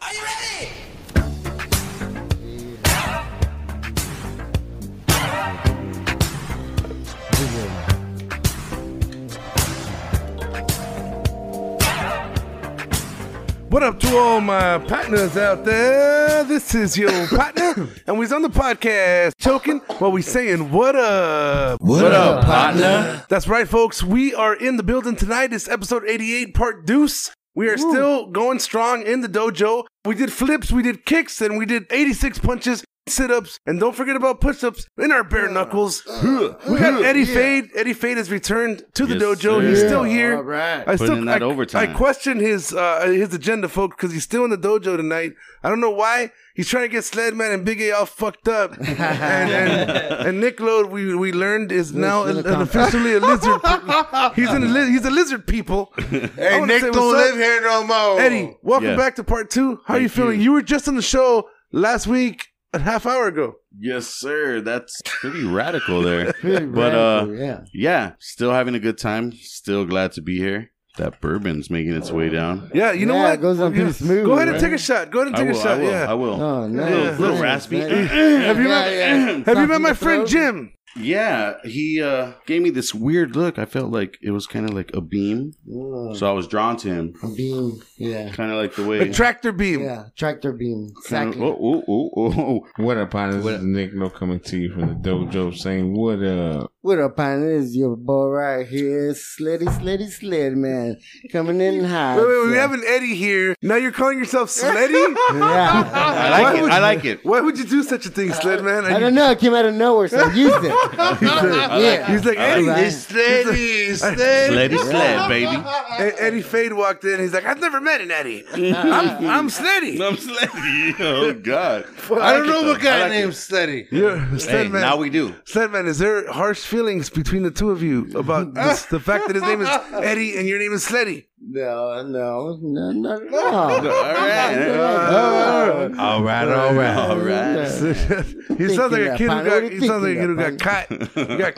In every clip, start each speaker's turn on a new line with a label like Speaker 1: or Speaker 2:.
Speaker 1: Are you ready?
Speaker 2: What up to all my partners out there? This is your partner, and we's on the podcast choking while we saying what up. What, up, partner? That's right, folks. We are in the building tonight. It's episode 88, part deuce. We are still going strong in the dojo. We did flips, we did kicks, and we did 86 punches, sit ups, and don't forget about push ups in our bare knuckles. we got Eddie Fade. Eddie Fade has returned to the
Speaker 3: Yes,
Speaker 2: dojo.
Speaker 3: sir.
Speaker 2: He's still here.
Speaker 4: All right.
Speaker 2: I
Speaker 3: Putting in that
Speaker 2: I,
Speaker 3: overtime.
Speaker 2: I question his uh, his agenda, folks, because he's still in the dojo tonight. I don't know why he's trying to get Sledman and Big A all fucked up. and, and, and Nick Lode, we we learned is now an, an officially a lizard. he's in a li- he's a lizard people. I
Speaker 4: hey,
Speaker 2: wanna
Speaker 4: Nick
Speaker 2: say
Speaker 4: don't
Speaker 2: what's up.
Speaker 4: live here Oh. no more.
Speaker 2: Eddie, welcome
Speaker 3: Yeah.
Speaker 2: back to part two. How are you
Speaker 3: Thank
Speaker 2: feeling? You.
Speaker 3: you.
Speaker 2: were just on the show last week, a half hour ago.
Speaker 3: Yes, sir. That's pretty radical there.
Speaker 4: Pretty
Speaker 3: but
Speaker 4: radical,
Speaker 3: uh
Speaker 4: yeah.
Speaker 3: yeah, still having a good time. Still glad to be here. That bourbon's making its way down.
Speaker 2: Yeah, you know
Speaker 4: Yeah,
Speaker 2: what?
Speaker 4: it goes down
Speaker 2: Yeah.
Speaker 4: pretty smooth,
Speaker 2: Go ahead and
Speaker 4: right?
Speaker 2: take a shot. Go ahead and
Speaker 3: I
Speaker 2: take
Speaker 3: will,
Speaker 2: a shot.
Speaker 3: I will.
Speaker 2: yeah.
Speaker 3: I will.
Speaker 4: Oh, nice,
Speaker 3: little, little
Speaker 4: nice,
Speaker 3: raspy.
Speaker 4: nice.
Speaker 3: Have you
Speaker 4: Yeah,
Speaker 3: met?
Speaker 4: yeah.
Speaker 2: Have you
Speaker 4: Something
Speaker 2: met my
Speaker 4: to
Speaker 2: friend
Speaker 4: throw.
Speaker 2: Jim?
Speaker 3: Yeah, he uh, gave me this weird look. I felt like it was kind of like a beam,
Speaker 4: Mm,
Speaker 3: so I was drawn to him,
Speaker 4: beam. Yeah.
Speaker 3: kind of like the way.
Speaker 2: A tractor beam.
Speaker 4: Yeah. Tractor beam.
Speaker 3: kinda-
Speaker 4: Exactly.
Speaker 3: oh, oh, oh, oh, oh.
Speaker 5: What up, partners? This is Nick No coming to you from the dojo saying what up.
Speaker 4: What up, partner? It's your boy right here. Slitty, slitty, slid, man. Coming in hot.
Speaker 2: Wait, wait, we
Speaker 4: so-
Speaker 2: have an Eddie here. Now you're calling yourself Sleddy?
Speaker 4: Yeah.
Speaker 3: I
Speaker 2: Why
Speaker 3: like it.
Speaker 2: would
Speaker 3: I
Speaker 2: you-
Speaker 3: like it.
Speaker 2: Why would you do such a thing, Sled Man?
Speaker 4: I don't know. It came out of nowhere, so I used it.
Speaker 2: yeah. He's like,
Speaker 3: I
Speaker 2: Eddie,
Speaker 4: like
Speaker 2: this Sleddy, Sleddy.
Speaker 3: Sled is sled, baby.
Speaker 2: E- Eddie Fade walked in. He's like, I've never met an Eddie. I'm, I'm Sleddy.
Speaker 3: I'm sleddy. Oh God.
Speaker 2: I don't know what
Speaker 3: guy named
Speaker 2: Sleddy. Yeah,
Speaker 3: Hey,
Speaker 2: Sled Man.
Speaker 3: now we do.
Speaker 2: Sled Man, is there harsh feelings between the two of you about this, the fact that his name is Eddie and your name is Sleddy?
Speaker 4: no, no, no, not at all.
Speaker 3: All right.
Speaker 2: Uh,
Speaker 5: All right, all right.
Speaker 3: All right.
Speaker 2: he sounds like a
Speaker 4: that,
Speaker 2: kid who
Speaker 4: partner. What
Speaker 2: got,
Speaker 4: are you
Speaker 2: he sounds like a kid who
Speaker 4: thinking
Speaker 2: got caught. You got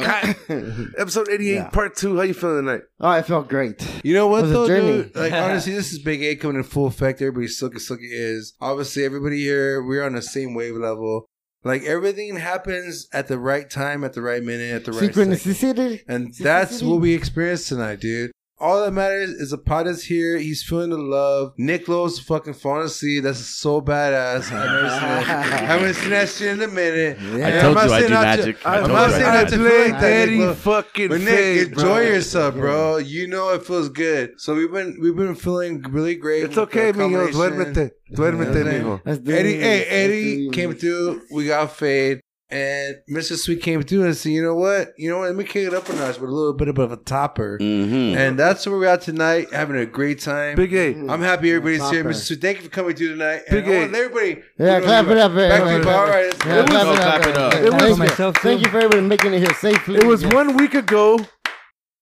Speaker 2: caught. Episode 88,
Speaker 4: Yeah.
Speaker 2: part two. How you feeling tonight?
Speaker 4: Oh, I felt great.
Speaker 6: You know
Speaker 4: It
Speaker 6: what
Speaker 4: was a
Speaker 6: though,
Speaker 4: journey.
Speaker 6: dude? Like honestly, this is Big A coming in full effect. Everybody's silky silky is obviously everybody here. We're on the same wave level. Like everything happens at the right time, at the right minute, at the right second.
Speaker 4: Synchronicity.
Speaker 6: and that's what we experienced tonight, dude. All that matters is the pot is here. He's feeling the love. Nick Lowe's fucking falling asleep. That's so badass. I've never seen that. I haven't seen that shit in a minute.
Speaker 3: I
Speaker 6: And
Speaker 3: told
Speaker 6: I'm
Speaker 3: you
Speaker 6: not
Speaker 3: I do
Speaker 6: saying not to-
Speaker 3: magic. I
Speaker 6: I'm
Speaker 3: told
Speaker 6: not
Speaker 3: you I
Speaker 6: saying
Speaker 3: do
Speaker 6: not to
Speaker 3: magic.
Speaker 2: play
Speaker 6: play that,
Speaker 2: Daddy
Speaker 6: Nick Lowe.
Speaker 2: fucking
Speaker 6: But Nick,
Speaker 2: Fade,
Speaker 6: enjoy
Speaker 2: bro.
Speaker 6: yourself, bro. You know it feels good. So we've been we've been feeling really great.
Speaker 2: It's
Speaker 6: with
Speaker 2: okay,
Speaker 6: the
Speaker 2: mijo.
Speaker 6: combination.
Speaker 2: Duérmete. Duérmete,
Speaker 6: Yeah.
Speaker 2: mijo.
Speaker 4: That's the-
Speaker 6: Eddie, hey,
Speaker 4: that's
Speaker 6: Eddie
Speaker 4: the-
Speaker 6: came through. We got fade, and Mr. Sweet came through and said, "You know what? You know what? Let me kick it up a notch with a little bit of a topper."
Speaker 3: Mm-hmm.
Speaker 6: And that's where we're at tonight, having a great time.
Speaker 2: Big A.
Speaker 6: I'm happy everybody's here,
Speaker 4: Topper.
Speaker 6: Mr. Sweet. Thank you for coming through tonight.
Speaker 2: Big
Speaker 6: and I
Speaker 2: A.
Speaker 6: want everybody.
Speaker 4: Yeah, clap it up,
Speaker 6: Back to you,
Speaker 4: everybody.
Speaker 6: Paul. all right.
Speaker 4: Yeah,
Speaker 2: It
Speaker 3: was- Clap it up.
Speaker 4: Yeah,
Speaker 3: It
Speaker 4: thank
Speaker 7: was-
Speaker 4: you.
Speaker 7: myself,
Speaker 4: Thank
Speaker 7: too.
Speaker 4: you for everybody making it here safely.
Speaker 2: It was
Speaker 4: Yeah.
Speaker 2: one week ago,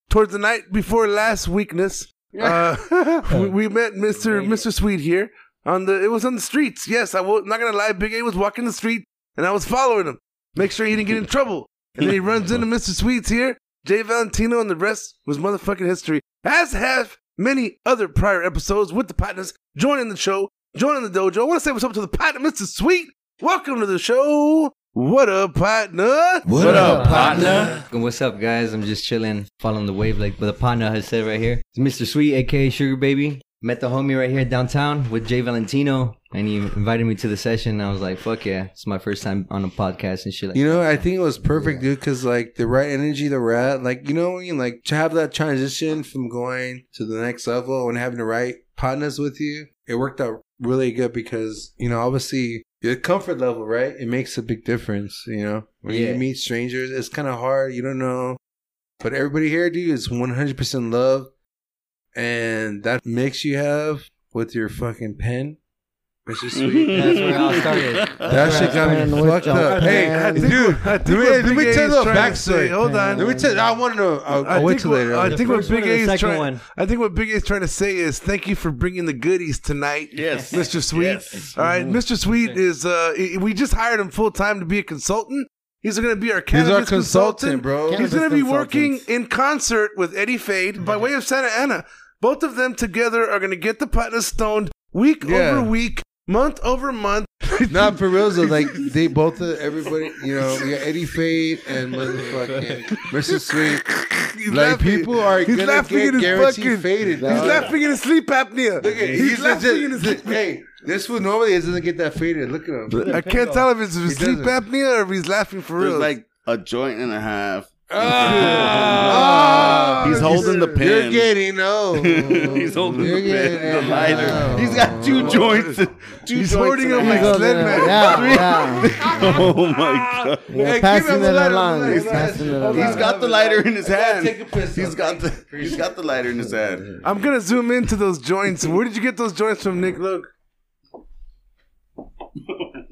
Speaker 2: towards the night before last weakness. Uh, we, we met Mr. Mr. Sweet here on the. It was on the streets. Yes, I will. Not gonna lie. Big A was walking the street, and I was following him. Make sure he didn't get in trouble. And then he runs into Mr. Sweet's here. Jay Valentino and the rest was motherfucking history. As have many other prior episodes with the partners joining the show, joining the dojo. I want to say what's up to the partner, Mr. Sweet. Welcome to the show. What up, partner?
Speaker 3: What up, partner?
Speaker 7: And What's up, guys? I'm just chilling, following the wave like what the partner has said right here. It's Mr. Sweet, aka Sugar Baby. Met the homie right here downtown with Jay Valentino, and he invited me to the session. I was like, "Fuck yeah!" It's my first time on a podcast and shit. Like,
Speaker 6: You know, I think it was perfect, dude, because like the right energy that we're at, like you know, what I mean, like to have that transition from going to the next level and having the right partners with you, it worked out really good because you know, obviously, your comfort level, right? It makes a big difference, you know. When
Speaker 7: Yeah.
Speaker 6: you meet strangers, it's kind of hard. You don't know, but everybody here, dude, is one hundred percent love, and that mix you have with your fucking pen, Mr. Sweet.
Speaker 7: That's where it all started.
Speaker 6: That shit got
Speaker 4: Pen
Speaker 6: me
Speaker 4: with
Speaker 6: fucked
Speaker 4: your
Speaker 6: up. Hey,
Speaker 4: pen.
Speaker 6: dude,
Speaker 2: what
Speaker 6: let me, let me
Speaker 2: Big A is
Speaker 6: tell you a little
Speaker 2: trying to say-
Speaker 6: backstory.
Speaker 2: Hold on.
Speaker 6: Let me tell. I want to know. uh, I'll, I'll wait
Speaker 2: think
Speaker 6: till
Speaker 2: what-
Speaker 6: later.
Speaker 2: I think what
Speaker 7: first one
Speaker 2: Big
Speaker 7: and
Speaker 2: A
Speaker 7: the
Speaker 2: is
Speaker 7: second
Speaker 2: trying.
Speaker 7: one.
Speaker 2: I think what Big A is trying to say is thank you for bringing the goodies tonight.
Speaker 3: Yes.
Speaker 2: Mr. Sweet.
Speaker 3: Yes.
Speaker 2: All
Speaker 7: Mm-hmm.
Speaker 2: right, Mr. Sweet is uh, i- we just hired him full time to be a consultant. He's going to be our
Speaker 6: He's
Speaker 2: cannabis
Speaker 6: our consultant,
Speaker 2: consultant,
Speaker 6: bro.
Speaker 4: Cannabis
Speaker 2: He's going to be
Speaker 4: consultants.
Speaker 2: working in concert with Eddie Fade
Speaker 7: Mm-hmm.
Speaker 2: by way of Santa Ana. Both of them together are going to get the partner stoned week
Speaker 6: Yeah.
Speaker 2: over week, month over month.
Speaker 6: Not for real though. Like they both, uh, everybody, you know, we got Eddie Fade and motherfucking Mr. Sweet.
Speaker 2: He's
Speaker 6: Like
Speaker 2: laughing.
Speaker 6: people are
Speaker 2: He's
Speaker 6: gonna
Speaker 2: laughing
Speaker 6: get
Speaker 2: in his
Speaker 6: guaranteed
Speaker 2: fucking-
Speaker 6: faded.
Speaker 2: He's laughing in his sleep apnea.
Speaker 6: Look at
Speaker 2: he's,
Speaker 6: he's, he's
Speaker 2: laughing
Speaker 6: legit,
Speaker 2: in his sleep
Speaker 6: Hey, this one normally doesn't get that faded. Look at him.
Speaker 2: I can't tell if it's his
Speaker 6: He
Speaker 2: sleep
Speaker 6: doesn't.
Speaker 2: apnea or if he's laughing for
Speaker 3: There's
Speaker 2: real.
Speaker 3: like a joint and a half.
Speaker 6: Ah!
Speaker 3: He's holding the pen.
Speaker 6: You're getting old.
Speaker 3: He's holding
Speaker 6: You're
Speaker 3: the pen,
Speaker 6: getting
Speaker 3: the lighter.
Speaker 6: old.
Speaker 3: He's got two joints. Two
Speaker 2: He's
Speaker 3: joints
Speaker 2: holding
Speaker 3: in
Speaker 2: him
Speaker 3: a
Speaker 2: like
Speaker 3: half.
Speaker 2: Sledman.
Speaker 4: Yeah, yeah.
Speaker 3: Oh my god.
Speaker 4: Yeah,
Speaker 6: Hey, give him
Speaker 4: passing
Speaker 6: the
Speaker 4: it
Speaker 6: lighter,
Speaker 4: along.
Speaker 6: the
Speaker 4: He's
Speaker 6: lighter.
Speaker 4: passing it along.
Speaker 3: He's got the lighter in his hand.
Speaker 6: take a piss.
Speaker 3: He's got the he's got the lighter in his hand.
Speaker 2: I'm gonna zoom into those joints. Where did you get those joints from, Nick? Look.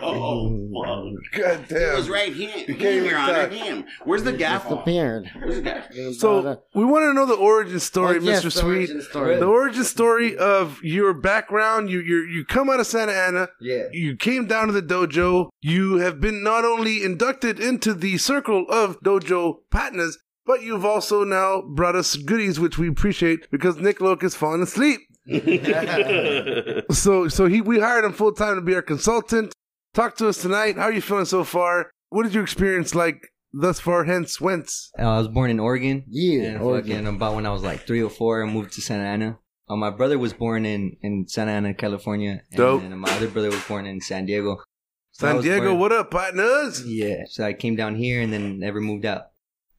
Speaker 3: Oh fuck.
Speaker 2: God
Speaker 3: It
Speaker 2: damn.
Speaker 3: was right here. Him, Your Honor, him. Where's the gavel?
Speaker 4: disappeared.
Speaker 3: Where's the gavel?
Speaker 2: So we want to know the origin story,
Speaker 4: Oh, yes,
Speaker 2: Mr.
Speaker 4: the
Speaker 2: Sweet.
Speaker 4: origin story.
Speaker 2: The origin story of your background. You you you come out of Santa Ana.
Speaker 7: Yeah.
Speaker 2: You came down to the dojo. You have been not only inducted into the circle of dojo partners, but you've also now brought us goodies, which we appreciate because Nick Loke is falling asleep. so so he we hired him full time to be our consultant. Talk to us tonight. How are you feeling so far? What is your experience like thus far? Hence, whence?
Speaker 7: Uh, I was born in Oregon.
Speaker 4: Yeah,
Speaker 7: and
Speaker 4: Oregon.
Speaker 7: fucking about when I was like three or four, I moved to Santa Ana. Uh, my brother was born in in Santa Ana, California. And
Speaker 2: Dope.
Speaker 7: then my other brother was born in San Diego. So I
Speaker 2: San
Speaker 7: was
Speaker 2: Diego,
Speaker 7: born-
Speaker 2: what up, partners?
Speaker 7: Yeah. So I came down here and then never moved out.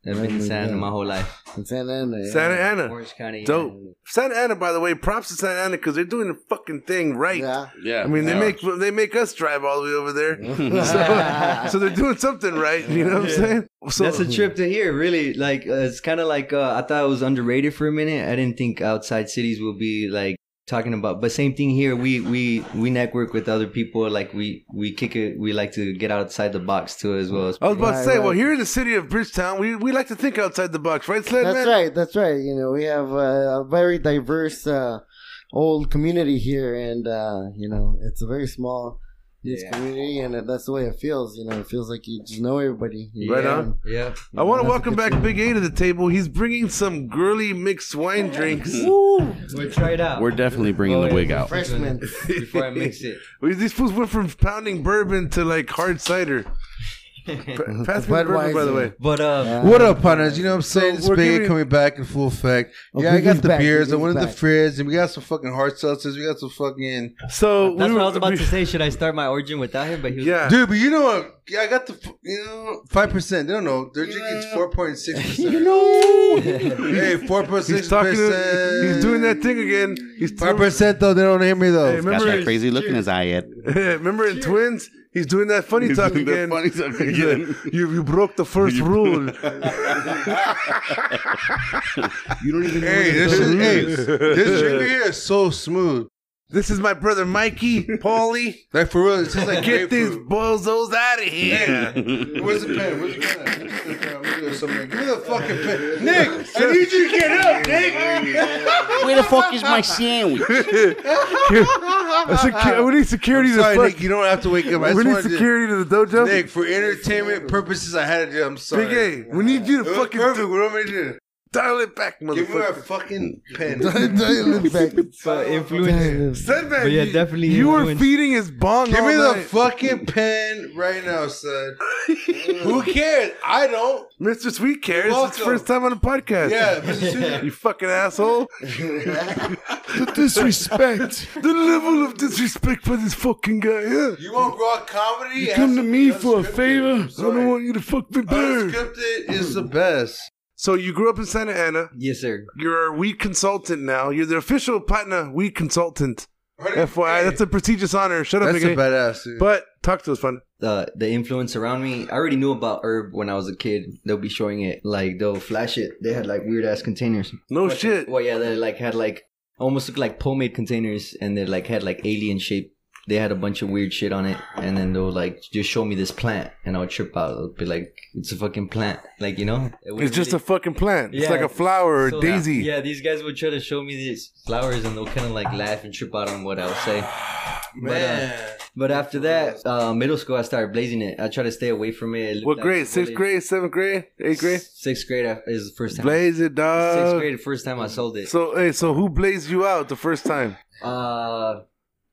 Speaker 7: I've
Speaker 4: Never
Speaker 7: been in
Speaker 4: moved
Speaker 7: Santa Ana
Speaker 4: out.
Speaker 7: my whole life.
Speaker 4: In Santa Ana. yeah.
Speaker 2: Santa Ana.
Speaker 7: Orange County. yeah.
Speaker 2: Dope. Santa Ana, by the way, props to Santa Ana because they're doing the fucking thing right.
Speaker 4: Yeah.
Speaker 3: Yeah.
Speaker 2: I mean, they
Speaker 3: yeah.
Speaker 2: make they make us drive all the way over there, so, so they're doing something right. You know what I'm saying? So,
Speaker 7: That's a trip to here, really. Like uh, it's kind of like uh, I thought it was underrated for a minute. I didn't think outside cities would be like talking about. But same thing here. We we we network with other people. Like we we kick it. We like to get outside the box too, as well. It's
Speaker 2: I was about to
Speaker 4: Right,
Speaker 2: say, well,
Speaker 4: right.
Speaker 2: here in the city of Bridgetown, we, we like to think outside the box, right, Sled
Speaker 4: That's
Speaker 2: Man?
Speaker 4: right. That's right. You know, we have uh, a very diverse uh, old community here, and uh, you know, it's a very small huge
Speaker 7: Yeah.
Speaker 4: community, and it- that's the way it feels. You know, it feels like you just know everybody. you
Speaker 2: Right
Speaker 4: know?
Speaker 2: on.
Speaker 7: yeah.
Speaker 2: I want to
Speaker 4: That's a
Speaker 2: welcome
Speaker 4: good
Speaker 2: back
Speaker 4: feeling.
Speaker 2: Big A to the table. He's bringing some girly mixed wine drinks.
Speaker 7: We'll try it out.
Speaker 3: We're definitely bringing the wig out.
Speaker 4: Freshman.
Speaker 7: before I mix it.
Speaker 2: We- These fools went from pounding bourbon to like hard cider. Pa- Pass me the bourbon, by the
Speaker 4: Budweiser.
Speaker 2: way.
Speaker 7: But uh,
Speaker 6: What up, partners? You know what I'm saying?
Speaker 2: we're
Speaker 6: it's Big
Speaker 2: giving-
Speaker 6: coming back in full effect.
Speaker 4: Oh,
Speaker 6: yeah, I
Speaker 4: Biggie's
Speaker 6: got the
Speaker 4: back,
Speaker 6: beers. I
Speaker 4: Biggie's
Speaker 6: went in the
Speaker 4: back.
Speaker 6: fridge, and we got some fucking hard seltzers. We got some fucking
Speaker 2: So
Speaker 7: that's
Speaker 2: we
Speaker 7: what
Speaker 2: were-
Speaker 7: I was about to
Speaker 2: we-
Speaker 7: say. Should I start my origin without him? But he was
Speaker 2: Yeah.
Speaker 6: dude. But you know what? Yeah, I got the f- you know five percent. They don't know. They're drinking four point six percent. You know, hey, four point six
Speaker 2: He's talking.
Speaker 6: percent.
Speaker 2: To, he's doing that thing again. He's
Speaker 6: Five percent though. They don't hear me though.
Speaker 2: Hey,
Speaker 3: Got
Speaker 2: remember,
Speaker 3: that crazy look in his eye yet.
Speaker 2: remember in Twins, he's doing that funny
Speaker 3: He's
Speaker 2: talk
Speaker 3: doing that
Speaker 2: again.
Speaker 3: funny talk
Speaker 2: He's like,
Speaker 3: again.
Speaker 2: you, you broke the first rule.
Speaker 3: You don't even know.
Speaker 6: Hey,
Speaker 3: what
Speaker 6: this
Speaker 3: the
Speaker 6: is
Speaker 3: dog
Speaker 6: hey,
Speaker 3: is.
Speaker 6: this drink right here is so smooth.
Speaker 2: this is my brother Mikey, Paulie.
Speaker 6: Like for real, it's just like
Speaker 2: Get these
Speaker 6: grapefruit.
Speaker 2: bozos out of here.
Speaker 6: Where's the pen? Where's the pen? at? Where's the pen? I'm gonna do something. Give me the fucking pen, Nick. I need you to get up, Nick.
Speaker 3: Where the fuck is my sandwich?
Speaker 2: A secu- we need security
Speaker 6: I'm
Speaker 2: to
Speaker 6: sorry,
Speaker 2: fuck.
Speaker 6: Nick. You don't have to wake up. I
Speaker 2: we
Speaker 6: just
Speaker 2: need
Speaker 6: wanted to,
Speaker 2: security to the dojo.
Speaker 6: Nick for entertainment purposes. I had to do. I'm sorry.
Speaker 2: Big A, we need you
Speaker 6: It
Speaker 2: to
Speaker 6: was
Speaker 2: fucking
Speaker 6: perfect. What am I doing?
Speaker 2: dial it back,
Speaker 6: Give me my
Speaker 2: motherfucker.
Speaker 6: fucking pen.
Speaker 4: Dial it back.
Speaker 7: but influenced.
Speaker 2: Said man,
Speaker 7: But yeah,
Speaker 2: you-
Speaker 7: definitely
Speaker 2: You were
Speaker 7: influenced.
Speaker 2: feeding his bong.
Speaker 6: Give
Speaker 2: all
Speaker 6: me the
Speaker 2: night.
Speaker 6: fucking pen right now, son. Who cares? I don't.
Speaker 2: Mr. Sweet cares.
Speaker 6: You're
Speaker 2: It's his
Speaker 6: welcome.
Speaker 2: first time on a podcast.
Speaker 6: Yeah, Mr. Sweet.
Speaker 2: You fucking asshole.
Speaker 3: The disrespect.
Speaker 2: The level of disrespect by this fucking guy. Yeah.
Speaker 6: You want raw comedy?
Speaker 2: You
Speaker 6: It
Speaker 2: come
Speaker 6: has
Speaker 2: to
Speaker 6: be
Speaker 2: me for a
Speaker 6: unscripted.
Speaker 2: favor.
Speaker 6: I'm
Speaker 2: I don't
Speaker 6: sorry.
Speaker 2: want you to fuck me bird.
Speaker 6: Unscripted is the best.
Speaker 2: So you grew up in Santa Ana.
Speaker 7: Yes, sir.
Speaker 2: You're a weed consultant now. You're the official partner weed consultant. FYI, that's a prestigious honor. Shut up,
Speaker 6: That's a
Speaker 2: nigga.
Speaker 6: badass. Dude.
Speaker 2: But talk to us, fun.
Speaker 7: the the influence around me. I already knew about herb when I was a kid. They'll be showing it like they'll flash it. They had like weird ass containers.
Speaker 2: No
Speaker 7: Like,
Speaker 2: shit.
Speaker 7: Well, yeah, they like had like almost looked like pomade containers, and they like had like alien shape. They had a bunch of weird shit on it, and then they'll like just show me this plant, and I'll trip out. I'll be like, "It's a fucking plant," like you know. It
Speaker 2: It's
Speaker 7: wouldn't
Speaker 2: just a
Speaker 7: really-
Speaker 2: fucking plant. It's
Speaker 7: Yeah.
Speaker 2: like a flower or a
Speaker 7: So,
Speaker 2: daisy.
Speaker 7: Yeah, these guys would try to show me these flowers, and they'll kind of like laugh and trip out on what I would say. Man. But after that, uh, middle school, I started blazing it. I try to stay away from it. It
Speaker 2: What
Speaker 7: looked
Speaker 2: grade?
Speaker 7: like-
Speaker 2: Sixth grade, seventh grade, eighth grade.
Speaker 7: Sixth grade I- is the first time.
Speaker 2: Blaze it, dog.
Speaker 7: Sixth grade, the first time I sold it.
Speaker 2: So hey, so who blazed you out the first time?
Speaker 7: Uh,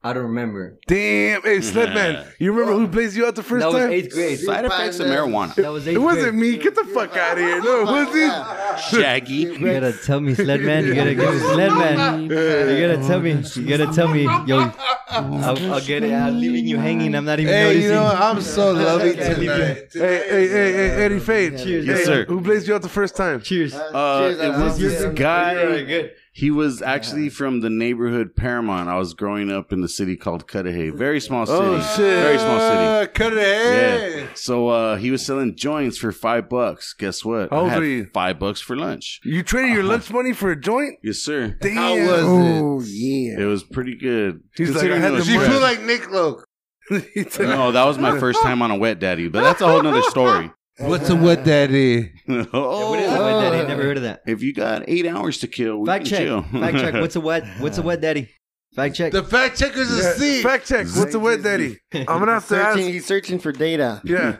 Speaker 7: I don't remember.
Speaker 2: Damn, hey Sledman, you remember who blazed you out the first
Speaker 7: that was
Speaker 2: time?
Speaker 7: eighth grade.
Speaker 3: Side effects of marijuana.
Speaker 7: That was eighth
Speaker 2: It wasn't
Speaker 7: grade.
Speaker 2: me. Get the fuck out of here. No, it wasn't.
Speaker 3: Shaggy.
Speaker 7: You gotta tell me, sled man. You gotta give me sled man. You gotta tell me. You gotta tell me. Yo, I'll, I'll get it. I'm leaving you hanging. I'm not even
Speaker 6: Hey,
Speaker 7: noticing.
Speaker 6: you know what? I'm so loving
Speaker 7: Okay, leave
Speaker 6: tonight.
Speaker 2: Hey, hey, hey, hey, Eddie Fade.
Speaker 7: Cheers.
Speaker 2: Hey,
Speaker 3: Yes, sir.
Speaker 2: Who blazed you out the first time?
Speaker 7: Cheers.
Speaker 3: Uh,
Speaker 4: Cheers, I
Speaker 3: it was
Speaker 4: love
Speaker 3: this
Speaker 4: you.
Speaker 3: guy.
Speaker 7: good.
Speaker 3: He was actually from the neighborhood Paramount. I was growing up in the city called Cudahy. Very small city.
Speaker 2: Oh, shit.
Speaker 3: Very small city.
Speaker 6: Uh, cut it.
Speaker 3: Yeah. So uh, he was selling joints for five bucks. Guess what?
Speaker 2: How old
Speaker 3: I had
Speaker 2: were you?
Speaker 3: Five bucks for lunch.
Speaker 2: You traded your lunch money for a joint?
Speaker 3: Yes, sir.
Speaker 2: Damn.
Speaker 6: How was it?
Speaker 4: Oh yeah.
Speaker 3: It was pretty good.
Speaker 2: He's like, I
Speaker 3: Considering
Speaker 2: had
Speaker 3: it
Speaker 2: the
Speaker 3: was
Speaker 6: She
Speaker 2: money.
Speaker 3: fresh.
Speaker 6: feel like Nick Loke.
Speaker 2: He's like,
Speaker 3: No, that was my first time on a wet daddy, but that's a whole nother story.
Speaker 6: What's a what daddy?
Speaker 3: Oh.
Speaker 7: What is a wet daddy? Never heard of that.
Speaker 3: if you got eight hours to kill, we
Speaker 7: Fact
Speaker 3: can
Speaker 7: check.
Speaker 3: chill.
Speaker 7: Fact check. What's a wet? What's a wet daddy? Fact check.
Speaker 6: The fact checker's a C.
Speaker 2: Fact check. What's a wet daddy? I'm gonna have to
Speaker 4: Searching,
Speaker 2: ask.
Speaker 4: he's searching for data.
Speaker 2: Yeah.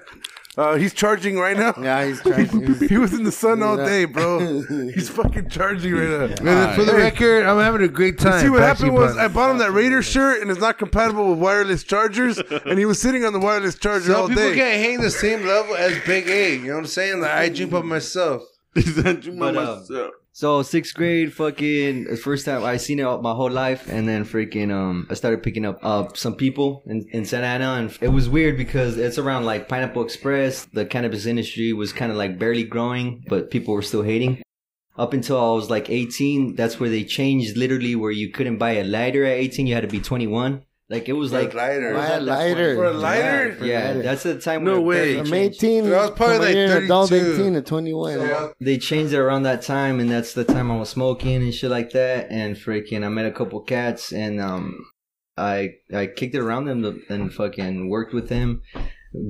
Speaker 2: Uh, he's charging right now.
Speaker 4: Yeah, he's trying.
Speaker 2: He was in the sun all
Speaker 4: Yeah.
Speaker 2: day, bro. He's fucking charging right now.
Speaker 6: And for the record, I'm having a great time.
Speaker 2: See what
Speaker 6: Patsy
Speaker 2: happened was
Speaker 6: Bun.
Speaker 2: I bought him that Raider shirt and it's not compatible with wireless chargers, and he was sitting on the wireless charger
Speaker 6: Some
Speaker 2: all
Speaker 6: people
Speaker 2: day.
Speaker 6: can't hang the same level as Big A. You know what I'm saying? Like, I drink by myself.
Speaker 7: But, uh, So sixth grade, fucking the first time I seen it all my whole life, and then freaking um, I started picking up uh some people in, in Santa Ana, and it was weird because it's around like Pineapple Express. The cannabis industry was kind of like barely growing, but people were still hating. Up until I was like 18, that's where they changed literally where you couldn't buy a lighter at 18, you had to be 21. Like it was like
Speaker 6: lighter.
Speaker 4: Buy a lighter.
Speaker 2: For a lighter?
Speaker 7: yeah, that's the time.
Speaker 2: No
Speaker 7: where
Speaker 2: way.
Speaker 7: it barely
Speaker 4: I'm
Speaker 7: changed.
Speaker 4: 18.
Speaker 6: Dude, I was probably
Speaker 4: from
Speaker 6: like
Speaker 4: here, adult
Speaker 6: 32.
Speaker 4: 18 to 21.
Speaker 7: they changed it around that time and that's the time I was smoking and shit like that and freaking I met a couple cats and um I I kicked it around them and fucking worked with them,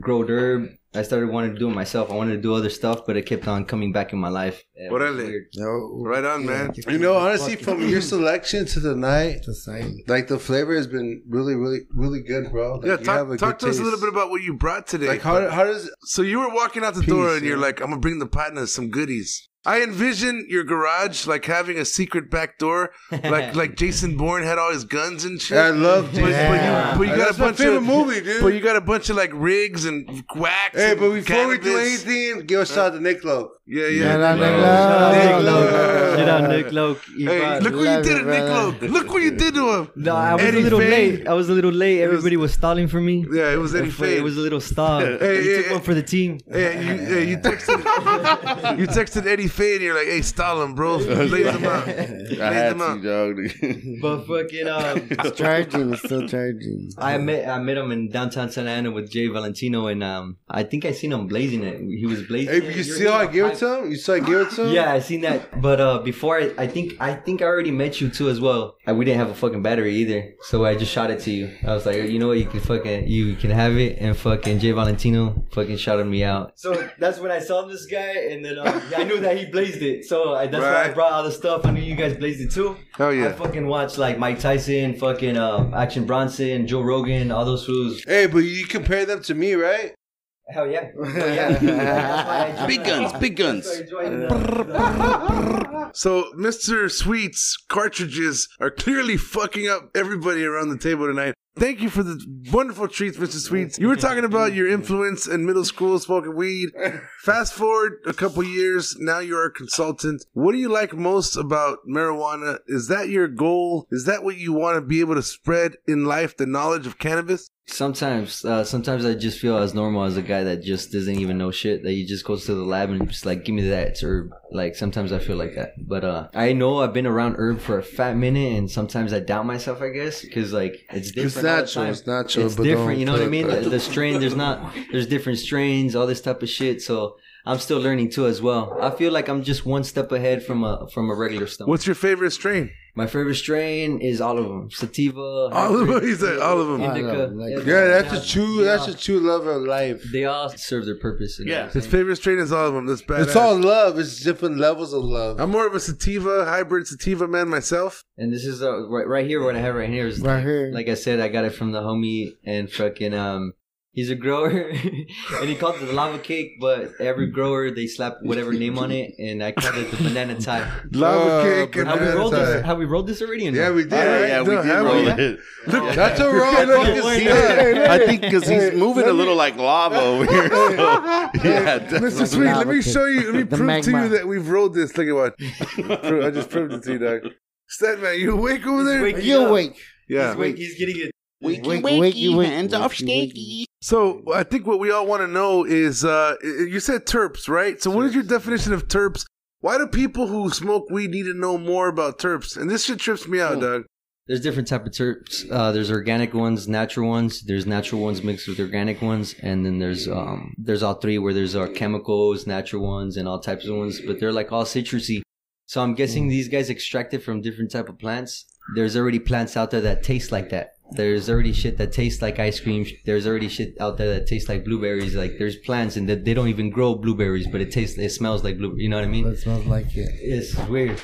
Speaker 7: growed herb. I started wanting to do it myself. I wanted to do other stuff, but it kept on coming back in my life. It was
Speaker 2: Órale.
Speaker 7: weird.
Speaker 2: Right on, man.
Speaker 6: You know, honestly, from your selection to the night,
Speaker 4: The same.
Speaker 6: like the flavor has been really, really, really good, bro. Like,
Speaker 2: Yeah,
Speaker 6: you have a
Speaker 2: talk, talk
Speaker 6: good
Speaker 2: to us a
Speaker 6: taste.
Speaker 2: little bit about what you brought today.
Speaker 6: Like how how does
Speaker 2: so you were walking out the door and you're like, I'm gonna bring the partner some goodies. I envision your garage like having a secret back door, like like Jason Bourne had all his guns and shit.
Speaker 6: I love
Speaker 2: but,
Speaker 6: Jason.
Speaker 2: but you, but you got
Speaker 6: That's
Speaker 2: a
Speaker 6: my
Speaker 2: bunch
Speaker 6: favorite
Speaker 2: of
Speaker 6: movie, dude.
Speaker 2: But you got a bunch of like rigs and wax.
Speaker 6: Hey,
Speaker 2: and
Speaker 6: but before we do
Speaker 2: cannabis.
Speaker 6: anything, give a shout out to Nick Loke.
Speaker 2: yeah,
Speaker 4: Yeah,
Speaker 2: yeah.
Speaker 4: la, la,
Speaker 3: Nick
Speaker 4: la,
Speaker 7: Nick
Speaker 4: la, la,
Speaker 7: Loke.
Speaker 4: la, la.
Speaker 7: Shit on Nick Loke. He
Speaker 2: Hey,
Speaker 7: brought-
Speaker 2: look what you
Speaker 4: Love
Speaker 2: did
Speaker 4: it,
Speaker 2: to Nick
Speaker 4: brother.
Speaker 2: Loke. Look what you did to him.
Speaker 7: no, I was
Speaker 2: Eddie
Speaker 7: a little
Speaker 2: Fay.
Speaker 7: late. I was a little late. Everybody was stalling for me.
Speaker 2: Yeah, it was Eddie
Speaker 7: It was- It
Speaker 2: Fade.
Speaker 7: was a little stall.
Speaker 2: Hey,
Speaker 7: you
Speaker 2: hey,
Speaker 7: took
Speaker 2: hey.
Speaker 7: one for the team.
Speaker 2: Hey, you, hey, you texted you texted Eddie Fade and you're like, hey, stall him, bro.
Speaker 3: um,
Speaker 2: Blaze him out. Blaze
Speaker 3: I had
Speaker 2: him
Speaker 3: to,
Speaker 2: out.
Speaker 3: dog.
Speaker 7: But fucking um,
Speaker 4: It's charging. It's still charging.
Speaker 7: I met I met him in downtown Santa Ana with Jay Valentino, and um, I think I seen him blazing it. He was blazing.
Speaker 6: Hey,
Speaker 7: it.
Speaker 6: you see how I give it to him? You saw I give it to him?
Speaker 7: Yeah, I seen that. But uh, before I, I think I think I already met you too as well. I, we didn't have a fucking battery either, so I just shot it to you. I was like, you know what, you can fucking you can have it, and fucking Jay Valentino fucking shouted me out. So that's when I saw this guy, and then um, I knew that he blazed it. So I, that's why I
Speaker 2: Right.
Speaker 7: brought all the stuff. I knew you guys blazed it too.
Speaker 2: Hell
Speaker 7: I
Speaker 2: yeah.
Speaker 7: fucking watched like Mike Tyson, fucking um, Action Bronson, Joe Rogan, all those fools.
Speaker 6: Hey, but you compare them to me, right?
Speaker 7: Hell yeah. Hell yeah. That's why I enjoy-
Speaker 3: big guns, big
Speaker 7: that's why I
Speaker 3: guns.
Speaker 7: enjoy the-
Speaker 2: So Mr. Sweet's cartridges are clearly fucking up everybody around the table tonight. Thank you for the wonderful treats, Mr. Sweets. You were talking about your influence in middle school smoking weed. Fast forward a couple years, now you're a consultant. What do you like most about marijuana? Is that your goal? Is that what you want to be able to spread in life, the knowledge of cannabis?
Speaker 7: Sometimes, uh, sometimes I just feel as normal as a guy that just doesn't even know shit. That he just goes to the lab and just like, give me that herb. Like sometimes I feel like that. But uh, I know I've been around herb for a fat minute, and sometimes I doubt myself. I guess because like it's different. all the
Speaker 6: natural,
Speaker 7: time.
Speaker 6: it's natural,
Speaker 7: It's
Speaker 6: but
Speaker 7: different.
Speaker 6: don't
Speaker 7: You know what I
Speaker 6: put
Speaker 7: mean?
Speaker 6: that-
Speaker 7: The, the strain. There's not. There's different strains. All this type of shit. So I'm still learning too as well. I feel like I'm just one step ahead from a from a regular stone.
Speaker 2: What's your favorite strain?
Speaker 7: My favorite strain is all of them. Sativa.
Speaker 2: All of them. He said all of them.
Speaker 4: Yeah.
Speaker 7: Indica.
Speaker 4: Like-
Speaker 6: Yeah, that's a
Speaker 7: Yeah.
Speaker 6: true. That's a true love of life.
Speaker 7: They all serve their purpose. You know
Speaker 3: Yeah.
Speaker 7: what I'm
Speaker 2: His
Speaker 7: saying?
Speaker 2: favorite strain is all of them. That's bad.
Speaker 6: It's all love. It's different levels of love.
Speaker 2: I'm more of a sativa, hybrid sativa man myself.
Speaker 7: And this is uh, right, right here. What I have right here is
Speaker 4: Right here.
Speaker 7: like I said, I got it from the homie and fucking um. He's a grower, and he called it the lava cake. But every grower, they slap whatever name on it, and I called it the banana type.
Speaker 6: Lava
Speaker 2: Uh,
Speaker 6: cake and
Speaker 7: Have we rolled this?
Speaker 6: banana.
Speaker 7: Have we rolled this already? or no?
Speaker 6: Yeah, we
Speaker 3: Yeah,
Speaker 6: did.
Speaker 3: yeah,
Speaker 6: right?
Speaker 3: we
Speaker 2: No,
Speaker 3: did
Speaker 2: have
Speaker 3: roll
Speaker 2: we?
Speaker 3: it.
Speaker 6: That's a roll.
Speaker 3: I think because he's moving a little like lava over here. So, yeah,
Speaker 2: Mr.
Speaker 3: that's-
Speaker 2: Sweet, let me
Speaker 4: lava
Speaker 2: show you. Let me
Speaker 4: The
Speaker 2: prove to
Speaker 4: magma.
Speaker 2: you that we've rolled this. Look at what Pro- I just proved it to you, dog. Statman, you awake over there?
Speaker 7: waking
Speaker 4: You
Speaker 7: up.
Speaker 4: awake.
Speaker 2: Yeah.
Speaker 7: Wait, he's getting it.
Speaker 4: Wakey, wakey, hands off sticky.
Speaker 2: So I think what we all want to know is, uh, i- you said terps, right? So what is your definition of terps? Why do people who smoke weed need to know more about terps? And this shit trips me out, dog.
Speaker 7: There's different type of terps. Uh, there's organic ones, natural ones. There's natural ones mixed with organic ones, and then there's um there's all three where there's uh, chemicals, natural ones, and all types of ones. But they're like all citrusy. So I'm guessing these guys extracted from different type of plants. There's already plants out there that taste like that. There's already shit that tastes like ice cream. There's already shit out there that tastes like blueberries. Like there's plants and that they don't even grow blueberries, but it tastes, it smells like blue. You know what I mean?
Speaker 4: That smells like it. Mm.
Speaker 7: It's weird.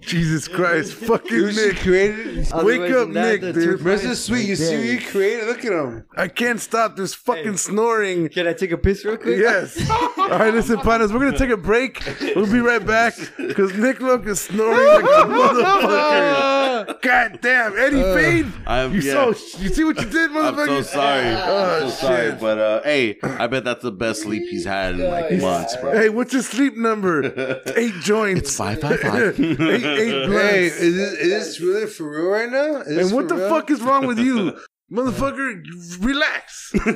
Speaker 2: Jesus Christ, fucking
Speaker 6: You
Speaker 2: Nick.
Speaker 6: created.
Speaker 2: Wake
Speaker 7: Otherwise
Speaker 2: up,
Speaker 7: than that,
Speaker 2: Nick,
Speaker 7: the
Speaker 2: dude.
Speaker 7: terp-
Speaker 6: Mr. Sweet, you see what you created? Look at him.
Speaker 2: I can't stop this fucking snoring.
Speaker 7: Can I take a piss real quick?
Speaker 2: Yes. All right, listen, partners, we're gonna take a break. We'll be right back because Nick Look is snoring like a motherfucker. God damn, Eddie Fade.
Speaker 3: I'm-
Speaker 2: You
Speaker 3: Uh, yeah.
Speaker 2: so you see what you did,
Speaker 3: I'm
Speaker 2: motherfucker.
Speaker 3: so sorry. I'm
Speaker 2: Oh,
Speaker 3: so sorry.
Speaker 2: shit.
Speaker 3: But uh, hey, I bet that's the best sleep he's had in like months, bro.
Speaker 2: Hey, what's your sleep number? It's eight joints. It's
Speaker 3: five, five, five.
Speaker 2: eight, eight
Speaker 6: Hey,
Speaker 2: blunts.
Speaker 6: is this, is this really for real right now? Is this
Speaker 2: and what
Speaker 6: for
Speaker 2: the
Speaker 6: real?
Speaker 2: fuck is wrong with you? Motherfucker, relax. All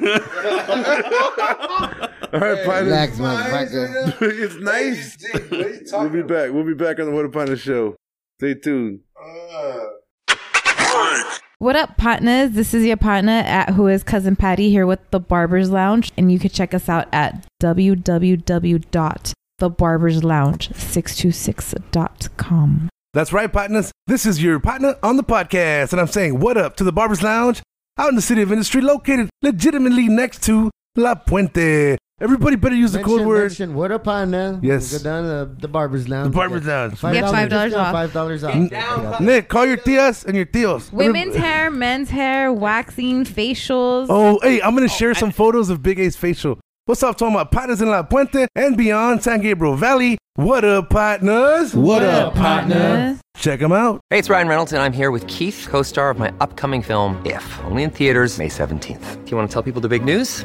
Speaker 2: right, partners.
Speaker 4: Relax,
Speaker 6: Eyes
Speaker 4: motherfucker.
Speaker 6: right now?
Speaker 2: it's nice.
Speaker 6: Nice. What are you
Speaker 2: We'll
Speaker 6: talking
Speaker 2: be back. We'll be back on the What Upon the Show. Stay tuned.
Speaker 6: about?
Speaker 8: What up, partners? This is your partner at Who is Cousin Patty here with The Barber's Lounge. And you can check us out at www.thebarberslounge626.com.
Speaker 2: That's right, partners. This is your partner on the podcast, and I'm saying what up to the Barbers Lounge out in the city of industry, located legitimately next to La Puente. Everybody better use the
Speaker 4: Mention-
Speaker 2: code word.
Speaker 4: mention What up, partner?
Speaker 2: Yes.
Speaker 4: Go down to the barber's lounge.
Speaker 2: The Barber's Lounge.
Speaker 4: Five
Speaker 8: Get $5
Speaker 4: dollars
Speaker 8: off.
Speaker 4: Five dollars off.
Speaker 2: Get Nick, call your tias and your tios.
Speaker 8: Women's
Speaker 2: Everyb-
Speaker 8: hair, men's hair, waxing, facials.
Speaker 2: Oh, hey, I'm gonna share some photos of Big A's facial. What's up, talking about partners in La Puente and beyond San Gabriel Valley? What up, partners?
Speaker 6: What
Speaker 2: Check them out.
Speaker 9: Hey, it's Ryan Reynolds, and I'm here with Keith, co star of my upcoming film, If, only in theaters, May 17th. Do you want to tell people the big news?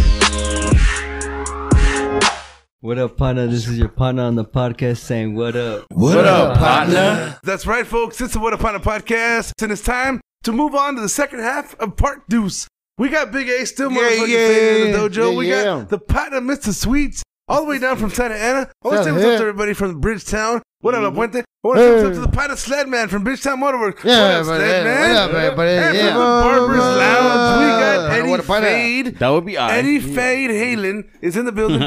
Speaker 7: What up, partner? This is your partner on the podcast saying, What up?
Speaker 6: What up, partner?
Speaker 2: That's right, folks. It's the What Upon a Podcast, and it's time to move on to the second half of Part Deuce. We got Big A still
Speaker 6: Yeah,
Speaker 2: motherfucking
Speaker 6: yeah,
Speaker 2: faded in the
Speaker 6: yeah.
Speaker 2: dojo.
Speaker 4: Yeah,
Speaker 2: we
Speaker 4: yeah.
Speaker 2: got the partner, Mr. Sweets, all the way down from Santa Ana. I want to
Speaker 4: What's
Speaker 2: say what's up
Speaker 4: up, yeah? Mm-hmm.
Speaker 2: to everybody from Bridgetown. What up, La Puente? I want to say what's up
Speaker 4: Hey.
Speaker 2: to the partner, Sledman from Bridgetown Motorworks. what
Speaker 4: Yeah,
Speaker 2: up,
Speaker 4: but,
Speaker 2: Sledman?
Speaker 4: yeah, what up, everybody?
Speaker 2: And
Speaker 4: Yeah.
Speaker 2: from the Barber's
Speaker 4: Uh,
Speaker 2: Lounge,
Speaker 4: partner,
Speaker 2: we
Speaker 4: what
Speaker 2: got
Speaker 4: up, partner?
Speaker 2: Eddie Fade.
Speaker 3: That would be I.
Speaker 2: Eddie Fade Halen is in the building.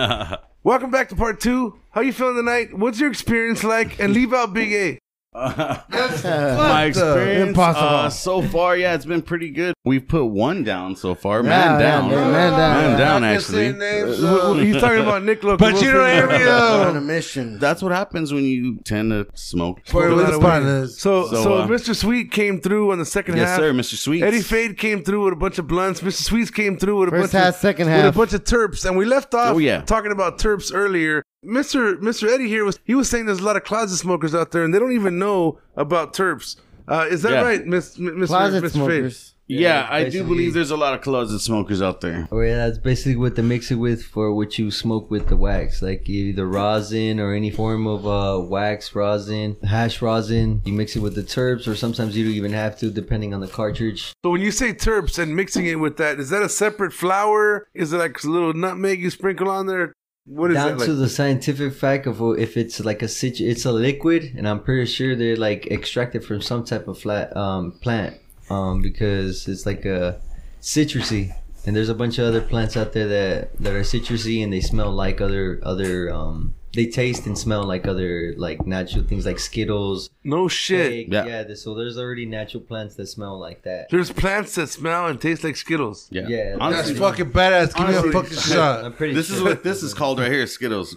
Speaker 2: Welcome back to Part 2. How you feeling tonight? What's your experience like? And leave out Big A.
Speaker 3: my experience
Speaker 4: Impossible.
Speaker 3: uh, so far, yeah, it's been pretty good. We've put one down so far. Man
Speaker 4: yeah,
Speaker 3: down.
Speaker 4: man, man down.
Speaker 3: Man
Speaker 6: I
Speaker 3: down,
Speaker 6: can say
Speaker 3: actually.
Speaker 6: names,
Speaker 2: What- what-
Speaker 6: uh,
Speaker 2: He's talking about Nick Loco.
Speaker 6: But you don't hear me,
Speaker 4: We're on
Speaker 6: though.
Speaker 4: a mission.
Speaker 3: That's what happens when you tend to smoke.
Speaker 6: Boy, with the partners.
Speaker 2: So, so,
Speaker 3: So, uh,
Speaker 2: Mr. Sweet came through on the second
Speaker 3: Yes,
Speaker 2: half.
Speaker 3: sir, Mr. Sweet.
Speaker 2: Eddie Fade came through with a bunch of blunts. Mr. Sweets came through with a
Speaker 4: First
Speaker 2: bunch
Speaker 4: half,
Speaker 2: of
Speaker 4: second
Speaker 2: with a
Speaker 4: half.
Speaker 2: bunch of terps, and we left off
Speaker 3: Oh, yeah.
Speaker 2: talking about terps earlier. Mr. Mr. Eddie here was he was saying there's a lot of closet smokers out there and they don't even know about turps. Uh, is that
Speaker 10: Yeah.
Speaker 2: right, Miss, M- Mr. Mr. Faith?
Speaker 10: Yeah,
Speaker 7: Yeah,
Speaker 10: I do
Speaker 7: basically-
Speaker 10: believe there's a lot of closet smokers out there.
Speaker 7: Oh, yeah, that's basically what they mix it with for what you smoke with the wax, like either rosin or any form of uh, wax rosin, hash rosin. You mix it with the terps, or sometimes you don't even have to, depending on the cartridge.
Speaker 2: So when you say turps and mixing it with that, is that a separate flower? Is it like a little nutmeg you sprinkle on there? What is
Speaker 7: Down
Speaker 2: that?
Speaker 7: to
Speaker 2: like?
Speaker 7: the scientific fact of if it's like a situ- it's a liquid, and I'm pretty sure they're like extracted from some type of flat um, plant, um, because it's like a citrusy. And there's a bunch of other plants out there that, that are citrusy and they smell like other other um, they taste and smell like other like natural things like Skittles.
Speaker 2: No shit.
Speaker 7: yeah. yeah. th- So there's already natural plants that smell like that.
Speaker 2: There's plants that smell and taste like Skittles.
Speaker 7: Yeah. Yeah, that's
Speaker 10: Honestly-
Speaker 7: fucking badass. Give me a
Speaker 10: Honestly,
Speaker 7: fucking shot. I'm pretty
Speaker 10: this is
Speaker 7: sure.
Speaker 10: what this is called right here, Skittles.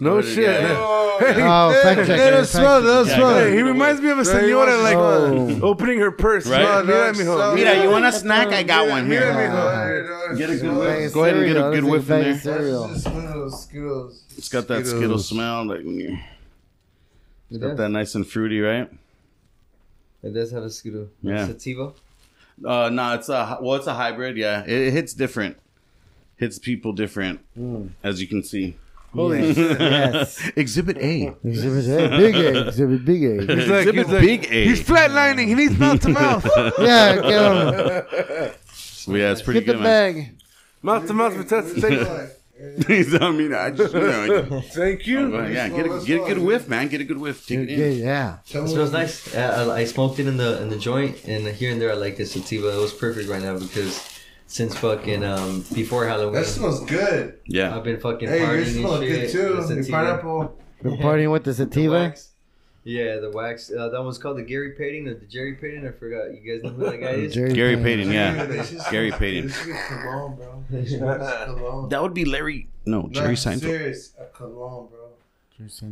Speaker 2: No
Speaker 10: What it-
Speaker 2: shit.
Speaker 10: yeah.
Speaker 4: Oh, fact checker,
Speaker 2: Let us
Speaker 4: fact
Speaker 2: smell, let us
Speaker 10: checker.
Speaker 2: smell.
Speaker 10: Yeah,
Speaker 2: He reminds me of a
Speaker 10: Very
Speaker 2: senora
Speaker 10: much
Speaker 2: like
Speaker 10: so.
Speaker 2: opening her purse.
Speaker 10: Right?
Speaker 2: Smell, mira, mijo.
Speaker 10: Mira, you want a snack? I got one here. Get a good whiff. Go ahead and get a good whiff in there. It's got that Skittle
Speaker 6: Skittles.
Speaker 10: smell, like when you. It's
Speaker 7: does.
Speaker 10: got that nice and fruity, right?
Speaker 7: It does have a Skittle.
Speaker 10: Yeah.
Speaker 7: Sativa.
Speaker 10: Uh, no, it's a hy- well, it's a hybrid. Yeah, it, it hits different, hits people different, as you can see.
Speaker 4: Holy shit. Yes.
Speaker 10: Exhibit A.
Speaker 4: Exhibit A, big A, exhibit big A.
Speaker 10: He's like- Exhibit he's like- big A.
Speaker 2: He's flatlining. He needs mouth to mouth.
Speaker 4: yeah, get him.
Speaker 10: So, yeah, it's pretty
Speaker 4: Get
Speaker 10: good.
Speaker 4: the
Speaker 10: man.
Speaker 4: bag.
Speaker 2: Mouth to mouth with touch to taste.
Speaker 10: He's- I mean, I just you know,
Speaker 2: Thank you.
Speaker 10: yeah, get a, get a good whiff, man. Get a good whiff. Take it in.
Speaker 4: yeah.
Speaker 7: It smells nice. I, I, I smoked it in the in the joint, and here and there I like this sativa. It was perfect right now because since fucking um before Halloween,
Speaker 6: That smells good.
Speaker 10: Yeah.
Speaker 7: I've been fucking
Speaker 6: Hey, yours
Speaker 7: partying
Speaker 6: smells
Speaker 7: and
Speaker 6: good
Speaker 7: shit.
Speaker 6: too.
Speaker 7: with
Speaker 6: The
Speaker 7: sativa.
Speaker 6: pineapple.
Speaker 4: Been partying with the sativa.
Speaker 7: Yeah, the wax. Uh, that one's called the Gary Payton or the Jerry Payton. I forgot. You guys know who that guy is?
Speaker 4: Jerry
Speaker 10: Gary
Speaker 4: Payton.
Speaker 10: Payton, yeah, Gary Payton.
Speaker 6: This is a cologne, bro. This is a cologne.
Speaker 10: That would be Larry. No, Jerry
Speaker 6: No,
Speaker 10: Seinfeld.
Speaker 6: Serious, a cologne, bro.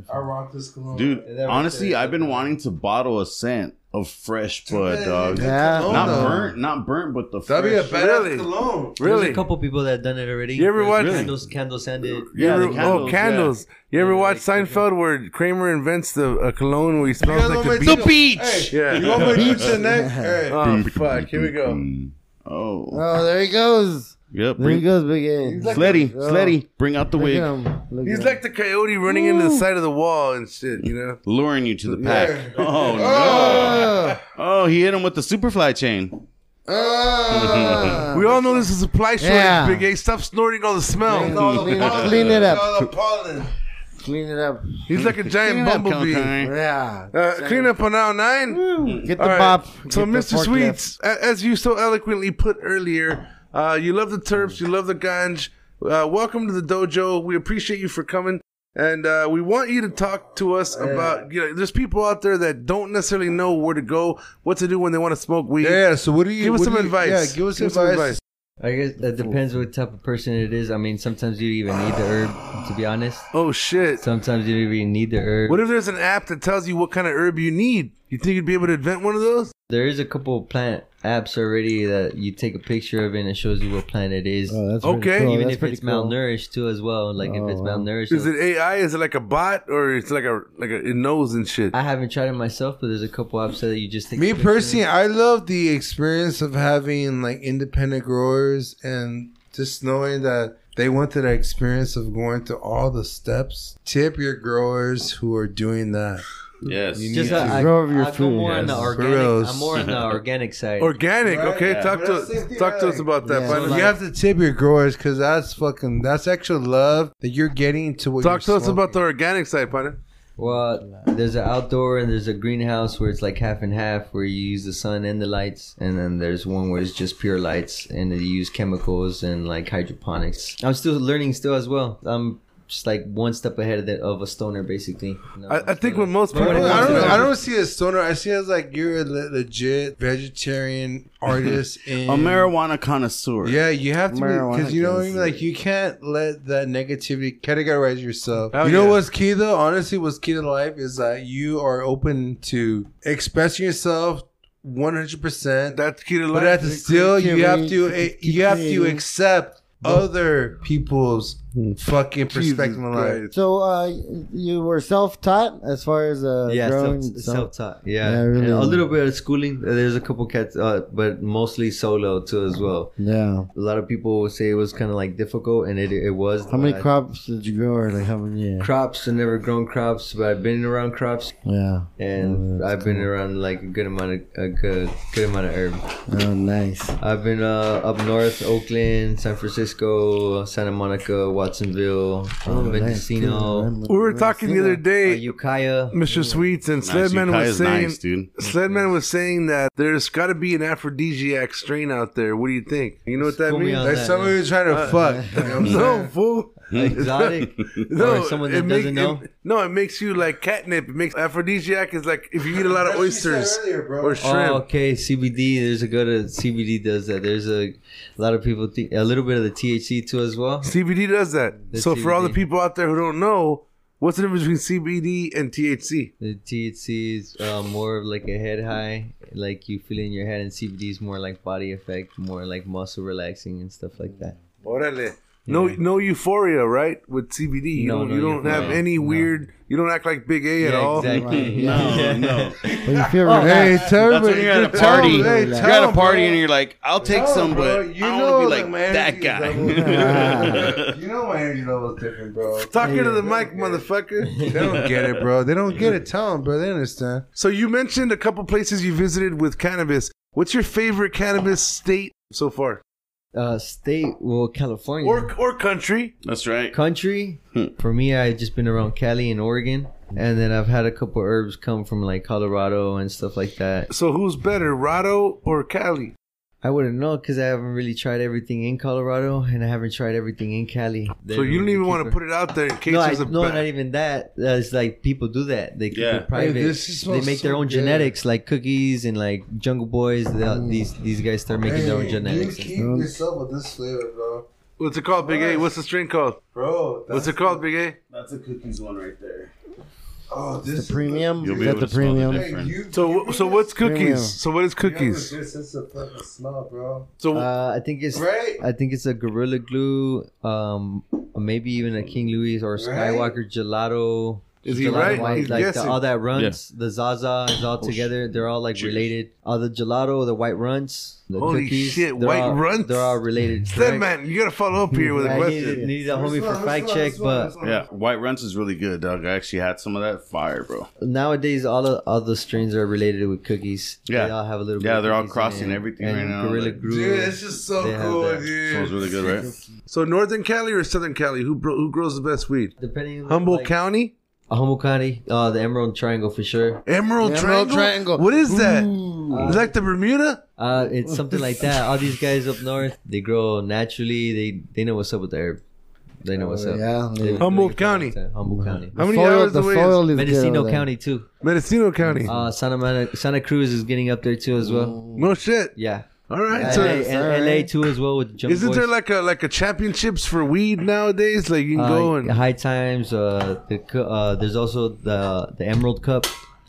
Speaker 6: I rock this cologne,
Speaker 10: Dude, honestly, I've been wanting to bottle a scent of fresh bud, dog.
Speaker 4: Yeah.
Speaker 10: Not
Speaker 6: Cologne, though.
Speaker 10: burnt, not burnt, but the
Speaker 6: That'd be a
Speaker 10: fresh.
Speaker 6: badass
Speaker 2: Really?
Speaker 6: cologne.
Speaker 7: There's
Speaker 2: Really?
Speaker 7: a couple people that have done it already.
Speaker 2: You ever
Speaker 7: There's
Speaker 2: watch-
Speaker 7: candles? Candle scented.
Speaker 2: You
Speaker 10: Yeah,
Speaker 2: ever,
Speaker 10: the candles,
Speaker 2: oh,
Speaker 10: yeah.
Speaker 2: candles. You ever watch Seinfeld where Kramer invents the a cologne where he
Speaker 6: You guys
Speaker 2: smells like
Speaker 6: want
Speaker 2: the
Speaker 6: me
Speaker 2: beach?
Speaker 6: to- Hey,
Speaker 2: Yeah.
Speaker 6: You want me to do it to the neck? Hey.
Speaker 2: Oh, fuck. Here we go.
Speaker 10: Oh,
Speaker 4: Oh, there he goes.
Speaker 10: yep.
Speaker 4: There he
Speaker 10: Bring,
Speaker 4: goes, big A.
Speaker 10: Sletty,
Speaker 4: Oh.
Speaker 10: Sletty, bring out the
Speaker 4: Look at
Speaker 10: wig,
Speaker 4: him. Look
Speaker 2: He's
Speaker 4: at
Speaker 2: like the coyote running into the side of the wall and shit, you know?
Speaker 10: luring you to the
Speaker 6: Yeah.
Speaker 10: pack. Oh no! Oh, he hit him with the superfly chain.
Speaker 4: Ah.
Speaker 2: We all know this is a ply shortage,
Speaker 4: Yeah.
Speaker 2: Big A. Stop snorting all the smell.
Speaker 6: All the
Speaker 4: Clean it-
Speaker 6: pollen.
Speaker 4: clean it up.
Speaker 6: All the pollen.
Speaker 4: Clean it up.
Speaker 2: He's like a giant
Speaker 10: Clean it up,
Speaker 2: bumblebee.
Speaker 10: Kalkai.
Speaker 4: Yeah.
Speaker 2: Uh, clean up on aisle nine.
Speaker 4: Get the
Speaker 2: All right.
Speaker 4: bop.
Speaker 2: So,
Speaker 4: Get the
Speaker 2: Mr.
Speaker 4: forklift.
Speaker 2: Sweets, a- as you so eloquently put earlier, uh, you love the Terps, you love the Ganj. Uh, welcome to the dojo. We appreciate you for coming. And uh, we want you to talk to us about, you know, there's people out there that don't necessarily know where to go, what to do when they want to smoke weed.
Speaker 6: Yeah, so what do you
Speaker 2: Give us
Speaker 6: what
Speaker 2: some
Speaker 6: do you-
Speaker 2: advice.
Speaker 6: Yeah, give us some advice.
Speaker 7: I guess that depends what type of person it is. I mean, sometimes you don't even need the herb. To be honest,
Speaker 2: Oh, shit.
Speaker 7: sometimes you don't even need the herb.
Speaker 2: What if there's an app that tells you what kind of herb you need? You think you'd be able to invent one of those?
Speaker 7: There is a couple of plant apps already that you take a picture of and it shows you what plant it is.
Speaker 4: Oh, that's
Speaker 2: Okay.
Speaker 4: pretty Cool.
Speaker 7: Even
Speaker 4: that's
Speaker 7: if
Speaker 4: pretty
Speaker 7: it's
Speaker 4: cool.
Speaker 7: malnourished too, as well. Like if it's
Speaker 4: Oh.
Speaker 7: malnourished,
Speaker 2: Is it AI? Is it like a bot or it's like a like a, it knows and shit?
Speaker 7: I haven't tried it myself, but there's a couple apps that you just take.
Speaker 6: Me
Speaker 7: a picture.
Speaker 6: personally, I love the experience of having like independent growers and just knowing that they went through that experience of going through all the steps. Tip your growers who are doing that.
Speaker 10: Yes.
Speaker 7: just uh,
Speaker 6: need
Speaker 7: I, I,
Speaker 4: grow your
Speaker 7: I go
Speaker 4: food.
Speaker 7: more on the
Speaker 4: Yes.
Speaker 7: organic.
Speaker 6: Gross.
Speaker 7: I'm more on the organic side.
Speaker 2: Organic,
Speaker 6: Right,
Speaker 2: okay.
Speaker 6: yeah.
Speaker 2: Talk
Speaker 6: But that's
Speaker 2: to
Speaker 6: safety,
Speaker 2: talk to
Speaker 6: right?
Speaker 2: us about that.
Speaker 4: Yeah.
Speaker 2: finally.
Speaker 7: So, like-
Speaker 6: you have to tip your growers because that's fucking that's extra love that you're getting to what.
Speaker 2: talk to
Speaker 6: you're
Speaker 2: us about the
Speaker 6: smoking.
Speaker 2: organic side, partner.
Speaker 7: Well, there's an outdoor and there's a greenhouse where it's like half and half, where you use the sun and the lights, and then there's one where it's just pure lights, and you use chemicals and like hydroponics. I'm still learning, still as well. I'm just like one step ahead of, the, of a stoner, basically. You know,
Speaker 2: I, I think with most people,
Speaker 7: But
Speaker 6: I
Speaker 7: organic.
Speaker 6: don't. I don't see it as stoner. I see it as like you're a le- legit vegetarian artist.
Speaker 10: A
Speaker 6: in
Speaker 10: marijuana connoisseur.
Speaker 6: Yeah, you have to
Speaker 4: Marijuana
Speaker 6: because you know what I mean.
Speaker 4: connoisseur.
Speaker 6: Like you can't let that negativity categorize yourself.
Speaker 2: Hell
Speaker 6: you know
Speaker 2: yeah.
Speaker 6: what's key though? Honestly, what's key to life is that you are open to expressing yourself one hundred percent.
Speaker 2: that's key to
Speaker 6: But at
Speaker 2: life.
Speaker 6: the still, you have to eh, you have to
Speaker 4: creating.
Speaker 6: accept other people's fucking perspective on life.
Speaker 4: So uh, you were self-taught as far as uh,
Speaker 7: yeah,
Speaker 4: growing
Speaker 7: self,
Speaker 4: so-
Speaker 7: self-taught. Yeah,
Speaker 4: really.
Speaker 7: And a little bit of schooling. Uh, There's a couple cats, uh, but mostly solo too as well.
Speaker 4: Yeah.
Speaker 7: A lot of people would say it was kind of like difficult, and it it was.
Speaker 4: How many
Speaker 7: Uh,
Speaker 4: crops did you grow? Or like how many? Yeah.
Speaker 7: Crops. I've never grown crops, but I've been around crops,
Speaker 4: yeah.
Speaker 2: Oh,
Speaker 7: and I've been around like a good amount of a good good amount of herb.
Speaker 4: Oh, nice.
Speaker 7: I've been uh, up north, Oakland, San Francisco, Santa Monica, Watsonville,
Speaker 2: Oh,
Speaker 7: um,
Speaker 2: nice,
Speaker 7: Mendocino. uh,
Speaker 2: dude. We were talking the other day,
Speaker 7: Ukiah,
Speaker 2: Mr. Sweets, and
Speaker 10: Nice,
Speaker 2: Sledman was
Speaker 10: Ukiah's
Speaker 2: saying,
Speaker 10: nice, dude.
Speaker 2: Sledman was saying that there's got to be an aphrodisiac strain out there. What do you think? You know what that
Speaker 6: School me
Speaker 2: means? Uh,
Speaker 6: on That's that, somebody man. who's trying to fuck. You know what I'm
Speaker 2: no,
Speaker 6: saying?
Speaker 2: fool.
Speaker 6: Exotic?
Speaker 2: no,
Speaker 6: Or someone
Speaker 2: it
Speaker 6: that
Speaker 2: make-
Speaker 6: doesn't know?
Speaker 2: it- no, it makes you like catnip. It makes aphrodisiac is like if you eat a lot of oysters or shrimp.
Speaker 7: Oh, okay, CBD. There's a good uh, CBD does that. There's a, lot of people think a little bit of the THC too as well.
Speaker 2: CBD does that.
Speaker 7: The
Speaker 2: so for all the
Speaker 7: CBD.
Speaker 2: people out there who don't know, what's the difference between CBD and THC?
Speaker 7: The THC is uh, more of like a head high, like you feel in your head, and CBD is more like body effect, more like muscle relaxing and stuff like that.
Speaker 2: Orale. No, no euphoria, right? With CBD, you
Speaker 7: No,
Speaker 2: don't,
Speaker 7: no
Speaker 2: you don't
Speaker 7: euphoria.
Speaker 2: have any weird. You don't act like Big A at
Speaker 7: Yeah,
Speaker 2: all.
Speaker 7: exactly.
Speaker 10: No, no.
Speaker 4: When you feel
Speaker 10: Oh,
Speaker 4: relaxed.
Speaker 10: that's when you're at a party. you're at a party and you're like, I'll take
Speaker 6: Tell 'em,
Speaker 10: some,
Speaker 6: bro.
Speaker 10: but
Speaker 6: You
Speaker 10: I don't
Speaker 6: know
Speaker 10: want to be
Speaker 6: my
Speaker 10: like that
Speaker 6: energy
Speaker 10: guy.
Speaker 6: you know my energy level is different, bro.
Speaker 2: Talking to the mic, motherfucker.
Speaker 6: They don't get it, bro. They don't get it. Tell them, bro. They understand.
Speaker 2: So you mentioned a couple places you visited with cannabis. What's your favorite cannabis state so far,
Speaker 7: Uh, state, well, California
Speaker 2: or or country?
Speaker 10: That's right.
Speaker 7: country.
Speaker 10: Hmm.
Speaker 7: For me, I've just been around Cali and Oregon, and then I've had a couple herbs come from like Colorado and stuff like that.
Speaker 2: So who's better, Rado or Cali?
Speaker 7: I wouldn't know because I haven't really tried everything in Colorado, and I haven't tried everything in Cali.
Speaker 2: so you don't even want to put it out there in case
Speaker 7: no, I,
Speaker 2: there's a
Speaker 7: no,
Speaker 2: ba-
Speaker 7: not even that. Uh, It's like people do that. They keep
Speaker 10: Yeah.
Speaker 7: it private.
Speaker 6: Hey, this is-
Speaker 7: they make their
Speaker 6: smells
Speaker 7: own
Speaker 6: so good. Mm.
Speaker 7: genetics, like cookies and like Jungle Boys. They, these these guys start making their own
Speaker 6: Hey,
Speaker 7: genetics.
Speaker 6: You keep yourself with this flavor, bro.
Speaker 2: What's it called, Big A? What's the strain called?
Speaker 6: Bro,
Speaker 2: What's it called, Big A?
Speaker 10: That's a cookies one right there.
Speaker 6: Oh, this is
Speaker 4: the premium.
Speaker 10: You'll
Speaker 4: Is
Speaker 10: be
Speaker 4: that
Speaker 10: able
Speaker 4: the
Speaker 10: to smell the
Speaker 4: premium?
Speaker 10: difference.
Speaker 2: So wh- so what's
Speaker 4: Premium.
Speaker 2: cookies? So what is cookies?
Speaker 6: This is a fucking smell, bro.
Speaker 2: So
Speaker 7: Uh, I think it's
Speaker 6: Right?
Speaker 7: I think it's a Gorilla Glue, um, maybe even a King Louis or
Speaker 6: Right?
Speaker 7: Skywalker Gelato.
Speaker 2: Is he
Speaker 7: Gelato
Speaker 2: right?
Speaker 7: White,
Speaker 2: He's
Speaker 7: like the-
Speaker 2: guessing. Oh,
Speaker 7: all that runs, the Zaza is all together. They're all like related. All the gelato, the white runs, the
Speaker 2: Holy
Speaker 7: cookies.
Speaker 2: shit,
Speaker 7: they're
Speaker 2: white
Speaker 7: all,
Speaker 2: runs?
Speaker 7: They're all related.
Speaker 2: Said
Speaker 7: correct?
Speaker 2: man, you gotta follow up here with a
Speaker 7: I need,
Speaker 2: question.
Speaker 7: need a homie for fact check, but
Speaker 10: Yeah, white runs is really good, dog. I actually had some of that fire, bro.
Speaker 7: nowadays all the all the strains are related with cookies.
Speaker 10: Yeah.
Speaker 7: they all have a little.
Speaker 10: Yeah,
Speaker 7: bit of
Speaker 10: they're all
Speaker 7: cookies in
Speaker 10: crossing
Speaker 7: it.
Speaker 10: everything
Speaker 7: and
Speaker 10: right now,
Speaker 7: Gorilla
Speaker 10: like-
Speaker 7: Glue.
Speaker 6: Dude, it's just so
Speaker 7: They have
Speaker 6: cool,
Speaker 7: that.
Speaker 10: Smells
Speaker 6: dude.
Speaker 10: really good, right?
Speaker 2: So Northern Cali or Southern Cali? Who bro- who grows the best weed?
Speaker 7: Depending on
Speaker 2: Humboldt
Speaker 7: like,
Speaker 2: County,
Speaker 7: Humboldt County, uh, the Emerald Triangle for sure.
Speaker 2: Emerald,
Speaker 4: Emerald
Speaker 2: Triangle?
Speaker 4: Triangle.
Speaker 2: What is that?
Speaker 7: Uh,
Speaker 2: Is that the Bermuda?
Speaker 7: Uh, it's something like that. All these guys up north, they grow naturally. They they know what's up with the herb. They know what's up.
Speaker 4: Yeah.
Speaker 7: They- they
Speaker 2: Humboldt
Speaker 7: make it all the
Speaker 2: Oh, County.
Speaker 7: time. Humboldt County.
Speaker 2: How many
Speaker 4: Soil-
Speaker 2: hours
Speaker 4: the
Speaker 2: away?
Speaker 4: soil
Speaker 2: is
Speaker 4: is good uh, over
Speaker 7: Mendocino
Speaker 4: there.
Speaker 7: County too.
Speaker 2: Mendocino County.
Speaker 7: Uh, Santa Mana, Santa Cruz is getting up there too as well.
Speaker 2: no shit.
Speaker 7: Yeah.
Speaker 2: All right.
Speaker 7: LA,
Speaker 2: so
Speaker 7: and LA too as well with the Jungle
Speaker 2: isn't there
Speaker 7: Boys.
Speaker 2: like a like a championships for weed nowadays? Like you can go
Speaker 7: uh,
Speaker 2: and
Speaker 7: High Times? Uh, the cu- uh, there's also the the Emerald Cup,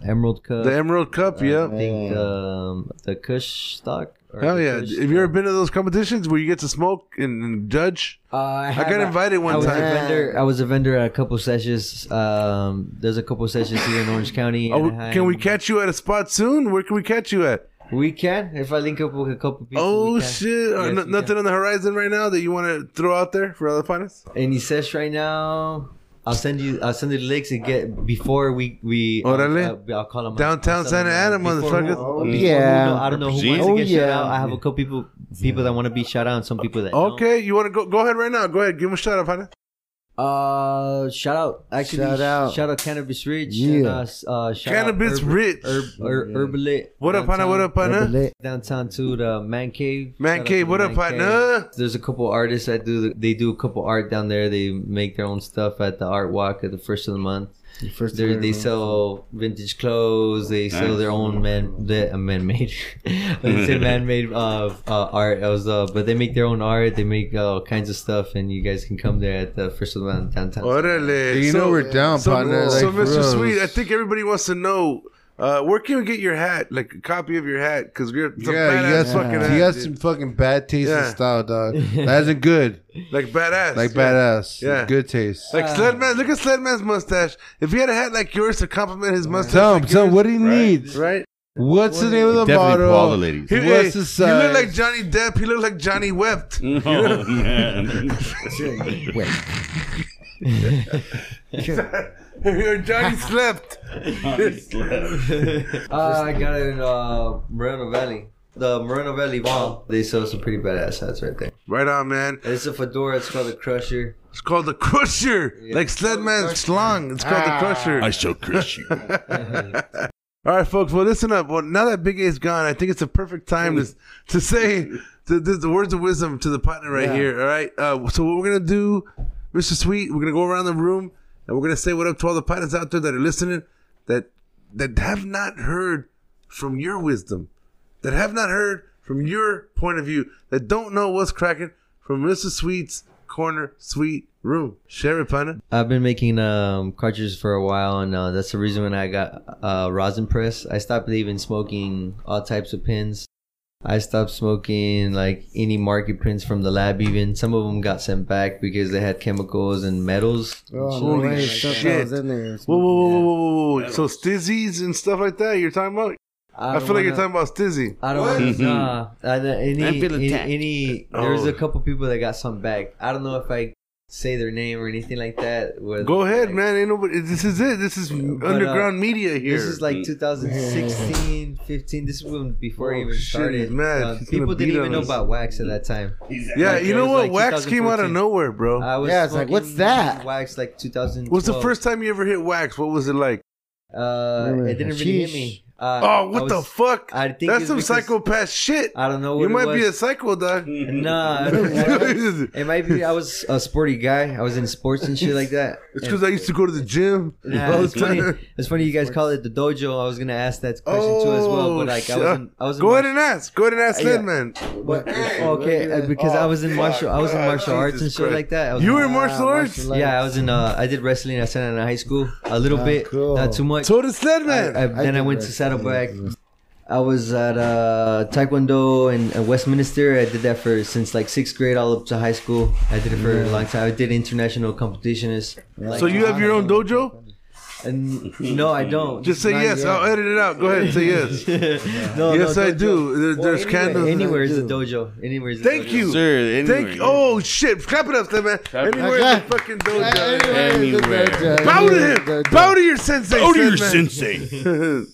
Speaker 7: Emerald Cup.
Speaker 2: the Emerald Cup, yeah.
Speaker 7: I think um, the Kush stock. or
Speaker 2: Hell
Speaker 7: the
Speaker 2: yeah!
Speaker 7: Kush-
Speaker 2: Have you ever been to those competitions where you get to smoke and, and judge?
Speaker 7: Uh, I, have-
Speaker 2: got invited one
Speaker 7: I was
Speaker 2: time.
Speaker 7: A vendor, I was a vendor at a couple sessions. Um, there's a couple sessions here in Orange County.
Speaker 2: Oh,
Speaker 7: Anaheim.
Speaker 2: can we catch you at a spot soon? Where can we catch you at?
Speaker 7: We can if I link up with a couple people.
Speaker 2: Oh
Speaker 7: we can.
Speaker 2: shit! Uh,
Speaker 7: Yes,
Speaker 2: no-
Speaker 7: we
Speaker 2: nothing
Speaker 7: can.
Speaker 2: on the horizon right now that you want to throw out there for other partners?
Speaker 7: Any sesh right now? I'll send you. I'll send you the links and get before we we. I'll-
Speaker 2: Órale.
Speaker 7: I'll, uh, I'll call them
Speaker 2: Downtown Santa Ana, motherfucker.
Speaker 4: Oh,
Speaker 7: yeah. I
Speaker 4: yeah.
Speaker 7: don't know who
Speaker 10: Represent.
Speaker 7: wants to
Speaker 4: Oh,
Speaker 7: get shout
Speaker 4: yeah.
Speaker 7: out. I have a couple people people that want to be shout out and some people that don't.
Speaker 2: Okay, you want to go? Go ahead right now. Go ahead, give him a shout out, partner.
Speaker 7: Uh, shout out. Actually,
Speaker 4: Shout out.
Speaker 7: Shout out Cannabis Rich.
Speaker 4: Yeah.
Speaker 7: And, uh, s- uh, shout out
Speaker 2: Cannabis
Speaker 7: Herb-
Speaker 2: Rich.
Speaker 7: Herb, Herb,
Speaker 4: Yeah.
Speaker 7: Herbalit
Speaker 2: What up, partner? What
Speaker 7: downtown.
Speaker 2: up, partner?
Speaker 4: Lit.
Speaker 7: downtown to the man cave.
Speaker 2: Man
Speaker 7: Shout out
Speaker 2: cave,
Speaker 7: to the
Speaker 2: what up,
Speaker 7: Man
Speaker 2: partner?
Speaker 7: Cave. There's a couple artists that do they do a couple art down there. They make their own stuff at the art walk at the first of the month.
Speaker 4: First
Speaker 7: They they
Speaker 4: experiment.
Speaker 7: sell vintage clothes. They sell their own man the, uh, man made. it's a man made uh, uh, art. I was uh, but they make their own art. They make uh, all kinds of stuff, and you guys can come there at the first of the month downtown.
Speaker 2: Orale.
Speaker 6: You know we're down,
Speaker 2: so,
Speaker 6: partner,
Speaker 2: So,
Speaker 6: like,
Speaker 2: Mr.
Speaker 6: bros.
Speaker 2: Sweet, I think everybody wants to know Uh, where can we get your hat? Like a copy of your hat? Because you're it's a
Speaker 6: Yeah, you
Speaker 2: badass
Speaker 6: got,
Speaker 2: fucking hat.
Speaker 6: you got
Speaker 2: dude.
Speaker 6: some fucking bad taste
Speaker 2: Yeah.
Speaker 6: in style, dog. That isn't good.
Speaker 2: Like badass.
Speaker 6: Like
Speaker 2: yeah.
Speaker 6: badass.
Speaker 2: Yeah.
Speaker 6: Good taste.
Speaker 2: Like Sledman, look at Sledman's mustache. If he had a hat like yours to compliment his mustache,
Speaker 6: Tell him,
Speaker 2: like
Speaker 6: tell him
Speaker 2: yours-
Speaker 6: what he needs.
Speaker 2: right?
Speaker 6: What's the name of the
Speaker 10: Definitely
Speaker 6: bottle?
Speaker 10: ball the ladies.
Speaker 2: He, hey,
Speaker 6: What's
Speaker 2: he
Speaker 6: the
Speaker 2: looked
Speaker 6: size? Mm.
Speaker 2: like Johnny Depp. He looked like Johnny Wept. You know?
Speaker 10: Oh man.
Speaker 2: Wait. Or Johnny slept.
Speaker 7: Uh, I got it in uh, Moreno Valley. The Moreno Valley Mall. They sell some pretty badass hats right there.
Speaker 2: Right on, man.
Speaker 7: It's a fedora. It's called the Crusher.
Speaker 2: It's called the Crusher. Like Sledman's slung. It's called the Crusher.
Speaker 10: I shall crush you.
Speaker 2: All right, folks. Well, listen up. Well, now that Big A's gone, I think it's a perfect time to to say the, the, the words of wisdom to the partner right
Speaker 6: Yeah.
Speaker 2: here. All right. Uh, so what we're gonna do, Mr. Sweet, we're gonna go around the room and we're gonna say what up to all the partners out there that are listening, that that have not heard from your wisdom, that have not heard from your point of view, that don't know what's cracking from Mr. Sweet's corner, sweet room. Share it, partner.
Speaker 7: I've been making um, cartridges for a while, and uh, that's the reason when I got uh, rosin press. I stopped even smoking all types of pins. I stopped smoking like any market pins from the lab. Even some of them got sent back because they had chemicals and metals.
Speaker 4: Oh, no
Speaker 2: Holy
Speaker 4: way, I thought that
Speaker 2: shit.
Speaker 4: was in there.
Speaker 2: Whoa, whoa, whoa, whoa, whoa, whoa, whoa. So stizzies and stuff like that you're talking about? I,
Speaker 7: don't
Speaker 2: feel like you're
Speaker 7: wanna-
Speaker 2: talking about stizzy.
Speaker 7: I don't
Speaker 2: What?
Speaker 7: wanna- nah. I don't- any,
Speaker 2: I feel
Speaker 7: any,
Speaker 2: attacked.
Speaker 7: any- there's
Speaker 2: Oh.
Speaker 7: a couple people that got some back. I don't know if I say their name or anything like that. where-
Speaker 2: Go ahead, man. Ain't nobody, this is it. This is
Speaker 7: but, uh,
Speaker 2: underground media here.
Speaker 7: This is like 2016, 15. This is when before I
Speaker 2: Oh,
Speaker 7: even
Speaker 2: shit,
Speaker 7: started.
Speaker 2: he's mad.
Speaker 7: Uh,
Speaker 2: He's gonna
Speaker 7: people didn't
Speaker 2: beat
Speaker 7: even
Speaker 2: on
Speaker 7: know
Speaker 2: us.
Speaker 7: about wax at that time.
Speaker 2: yeah,
Speaker 7: Like,
Speaker 2: you
Speaker 7: it
Speaker 2: know
Speaker 7: was
Speaker 2: what?
Speaker 7: like
Speaker 2: wax came out of
Speaker 7: 2014.
Speaker 2: nowhere, bro.
Speaker 7: I was
Speaker 4: Yeah, it's like, what's
Speaker 7: smoking
Speaker 4: that?
Speaker 7: Wax like 2012.
Speaker 2: What's the first time you ever hit wax? What was it like?
Speaker 7: Uh, it didn't really hit me. Uh,
Speaker 2: oh,
Speaker 7: I
Speaker 2: what the
Speaker 7: was-
Speaker 2: fuck?
Speaker 7: I think
Speaker 2: That's
Speaker 7: it's
Speaker 2: some
Speaker 7: because-
Speaker 2: psychopath shit.
Speaker 7: I don't know. What
Speaker 2: You
Speaker 7: it
Speaker 2: might be
Speaker 7: was. Hmm.
Speaker 2: a psycho, dog.
Speaker 7: Nah, it might be. I was a sporty guy. I was in sports and shit like that.
Speaker 2: It's because I used to go to the gym.
Speaker 7: Yeah,
Speaker 2: all the
Speaker 7: it's, funny,
Speaker 2: time.
Speaker 7: it's funny you guys call it the dojo. I was gonna ask that question too as well,
Speaker 2: Oh,
Speaker 7: but like I
Speaker 2: shit.
Speaker 7: was, in, I was in
Speaker 2: go
Speaker 7: mar-
Speaker 2: ahead and ask. Go ahead and ask,
Speaker 7: Yeah.
Speaker 2: Lin, man.
Speaker 7: What? okay, uh, because I was in martial, I was in martial arts and shit like that. I was
Speaker 2: You were in martial arts?
Speaker 7: Yeah, I was in. Uh, I did wrestling at Santa Ana High School a little
Speaker 4: Ah,
Speaker 7: bit,
Speaker 4: cool.
Speaker 7: not too much.
Speaker 2: So did Sledman.
Speaker 7: I, I, then I,
Speaker 4: did
Speaker 7: went to Saddleback. I was at uh, Taekwondo in uh, Westminster. I did that for since like sixth grade all up to high school. I did it for a
Speaker 4: Yeah.
Speaker 7: long time. I did international competitions.
Speaker 2: so you have your own dojo?
Speaker 7: And no, I don't.
Speaker 2: Just say
Speaker 7: Not
Speaker 2: yes.
Speaker 7: yet.
Speaker 2: I'll edit it out. Go ahead and say yes.
Speaker 7: No,
Speaker 2: yes,
Speaker 7: no,
Speaker 2: I
Speaker 7: dojo.
Speaker 2: do. There,
Speaker 7: Well,
Speaker 2: there's
Speaker 7: anywhere,
Speaker 2: candles.
Speaker 7: Anywhere is a dojo. Anywhere is a
Speaker 2: Thank
Speaker 7: dojo.
Speaker 2: you.
Speaker 10: Sir,
Speaker 2: Thank
Speaker 10: anyway.
Speaker 2: you. Oh, shit. Clap it up, Sledman. Anywhere in the fucking dojo.
Speaker 10: Anywhere.
Speaker 2: Bow to him. Bow to your sensei.
Speaker 10: Bow to your
Speaker 2: Sledman.
Speaker 10: sensei.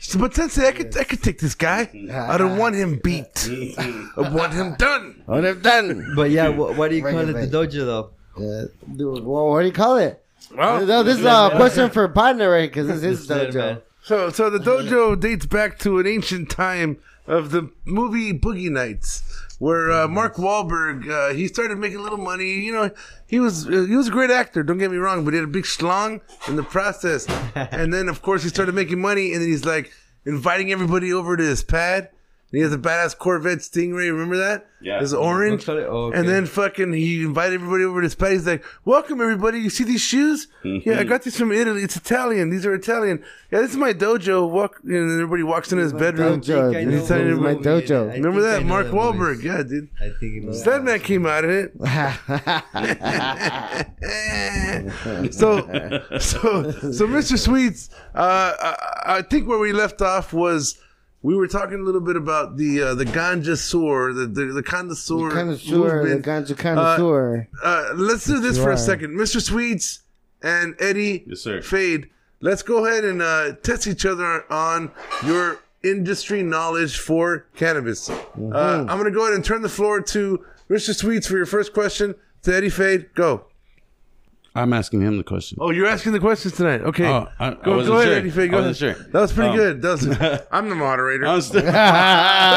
Speaker 2: So, but sensei, I could, I could take this guy. I don't want him beat. I want him done.
Speaker 4: What I've done.
Speaker 7: But yeah, wh- why do you call it
Speaker 4: Regulate.
Speaker 7: the dojo though?
Speaker 4: Yeah. Dude, well, what do you call it?
Speaker 2: Well,
Speaker 4: No, this is uh, a question for partner, right? Because this is
Speaker 7: Sledman.
Speaker 4: dojo.
Speaker 2: So, so the dojo dates back to an ancient time of the movie Boogie Nights, where uh, Mark Wahlberg uh, he started making a little money. You know, he was uh, he was a great actor. Don't get me wrong, but he had a big schlong in the process. and then, of course, he started making money, and then he's like inviting everybody over to his pad. And he has a badass Corvette Stingray. Remember that?
Speaker 10: Yeah.
Speaker 2: It's orange.
Speaker 7: Don't cut it. Oh, okay.
Speaker 2: And then fucking he invited everybody over to his pad. He's like, "Welcome everybody. You see these shoes? Yeah, I got these from Italy. It's Italian. These are Italian. Yeah, this is my dojo. Walk." And then everybody walks in his bedroom.
Speaker 4: Dojo.
Speaker 7: I
Speaker 4: This
Speaker 7: know
Speaker 4: is my
Speaker 2: what
Speaker 7: movie it is.
Speaker 4: dojo.
Speaker 7: I
Speaker 2: Remember
Speaker 7: think I
Speaker 2: that
Speaker 7: know
Speaker 2: Mark
Speaker 7: that movie.
Speaker 2: Wahlberg? Yeah, dude.
Speaker 7: I think it was.
Speaker 2: That man came out of it. so, so, so, Mr. Sweets, uh, I, I think where we left off was we were talking a little bit about the uh, the ganja sore, the the, the connoisseur,
Speaker 4: Connoisseur, the
Speaker 2: movement.
Speaker 4: ganja connoisseur.
Speaker 2: Uh, let's do this
Speaker 4: You
Speaker 2: for a
Speaker 4: are.
Speaker 2: second. Mr. Sweets and Eddie
Speaker 10: Yes, sir.
Speaker 2: Fade, let's go ahead and uh, test each other on your industry knowledge for cannabis. Uh, I'm going to go ahead and turn the floor to Mr. Sweets for your first question. To Eddie Fade, go.
Speaker 10: I'm asking him the question.
Speaker 2: Oh, you're asking the questions tonight. Okay.
Speaker 10: Oh, I- I
Speaker 2: go go
Speaker 10: wasn't
Speaker 2: ahead,
Speaker 10: sure.
Speaker 2: Eddie Fade. Go
Speaker 10: I
Speaker 2: ahead.
Speaker 10: wasn't sure.
Speaker 2: That was pretty
Speaker 10: Um,
Speaker 2: good. That was, I'm the moderator.
Speaker 10: I'm still-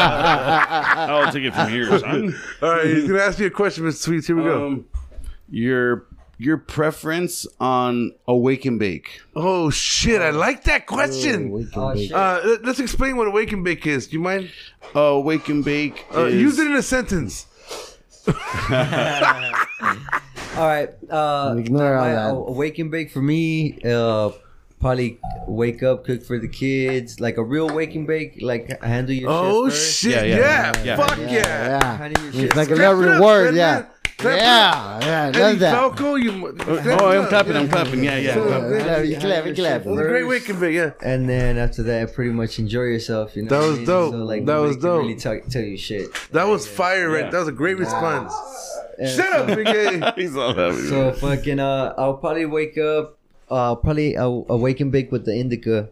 Speaker 10: I'll take it from here, son.
Speaker 2: All right. He's going to ask me a question, Mr. Sweets. Here we go.
Speaker 10: Um, your your preference on awake and bake.
Speaker 2: Oh, shit. I like that
Speaker 4: We
Speaker 2: question.
Speaker 4: can
Speaker 7: Oh,
Speaker 4: be-
Speaker 7: shit.
Speaker 2: Uh, let- let's explain what a wake and bake is. Do you mind?
Speaker 10: Uh, wake and bake.
Speaker 2: Uh,
Speaker 10: is,
Speaker 2: use it in a sentence.
Speaker 7: All right. Uh,
Speaker 4: Ignore all
Speaker 7: my
Speaker 4: that.
Speaker 7: a- awake and bake for me. Uh, probably wake up, cook for the kids, like a real wake and bake, like handle your.
Speaker 2: Oh,
Speaker 7: first.
Speaker 2: shit, Yeah, yeah, yeah. yeah. Fuck yeah.
Speaker 7: Handle your
Speaker 4: It's
Speaker 7: shit
Speaker 4: like a
Speaker 7: first.
Speaker 4: little reward, yeah.
Speaker 2: Clap
Speaker 4: Yeah,
Speaker 2: it up.
Speaker 4: yeah, I
Speaker 2: Eddie
Speaker 4: love that.
Speaker 2: Falco, you,
Speaker 10: Oh, I'm clapping, I'm clapping. Yeah, yeah.
Speaker 4: Yeah, you clap, you clap.
Speaker 2: That was a great weekend, but yeah.
Speaker 7: And then after that, pretty much enjoy yourself. You know,
Speaker 2: That
Speaker 7: what I
Speaker 2: was
Speaker 7: mean?
Speaker 2: dope.
Speaker 7: So, like,
Speaker 2: That
Speaker 7: they
Speaker 2: was
Speaker 7: can
Speaker 2: dope.
Speaker 7: Really tell, tell you shit.
Speaker 2: That was fire, right?
Speaker 7: Yeah.
Speaker 2: That was a great response.
Speaker 7: And
Speaker 2: Shut up, Big A.
Speaker 10: He's all happy.
Speaker 7: So fucking, uh, I'll probably wake up. Uh, probably I'll, I'll wake and bake with the indica,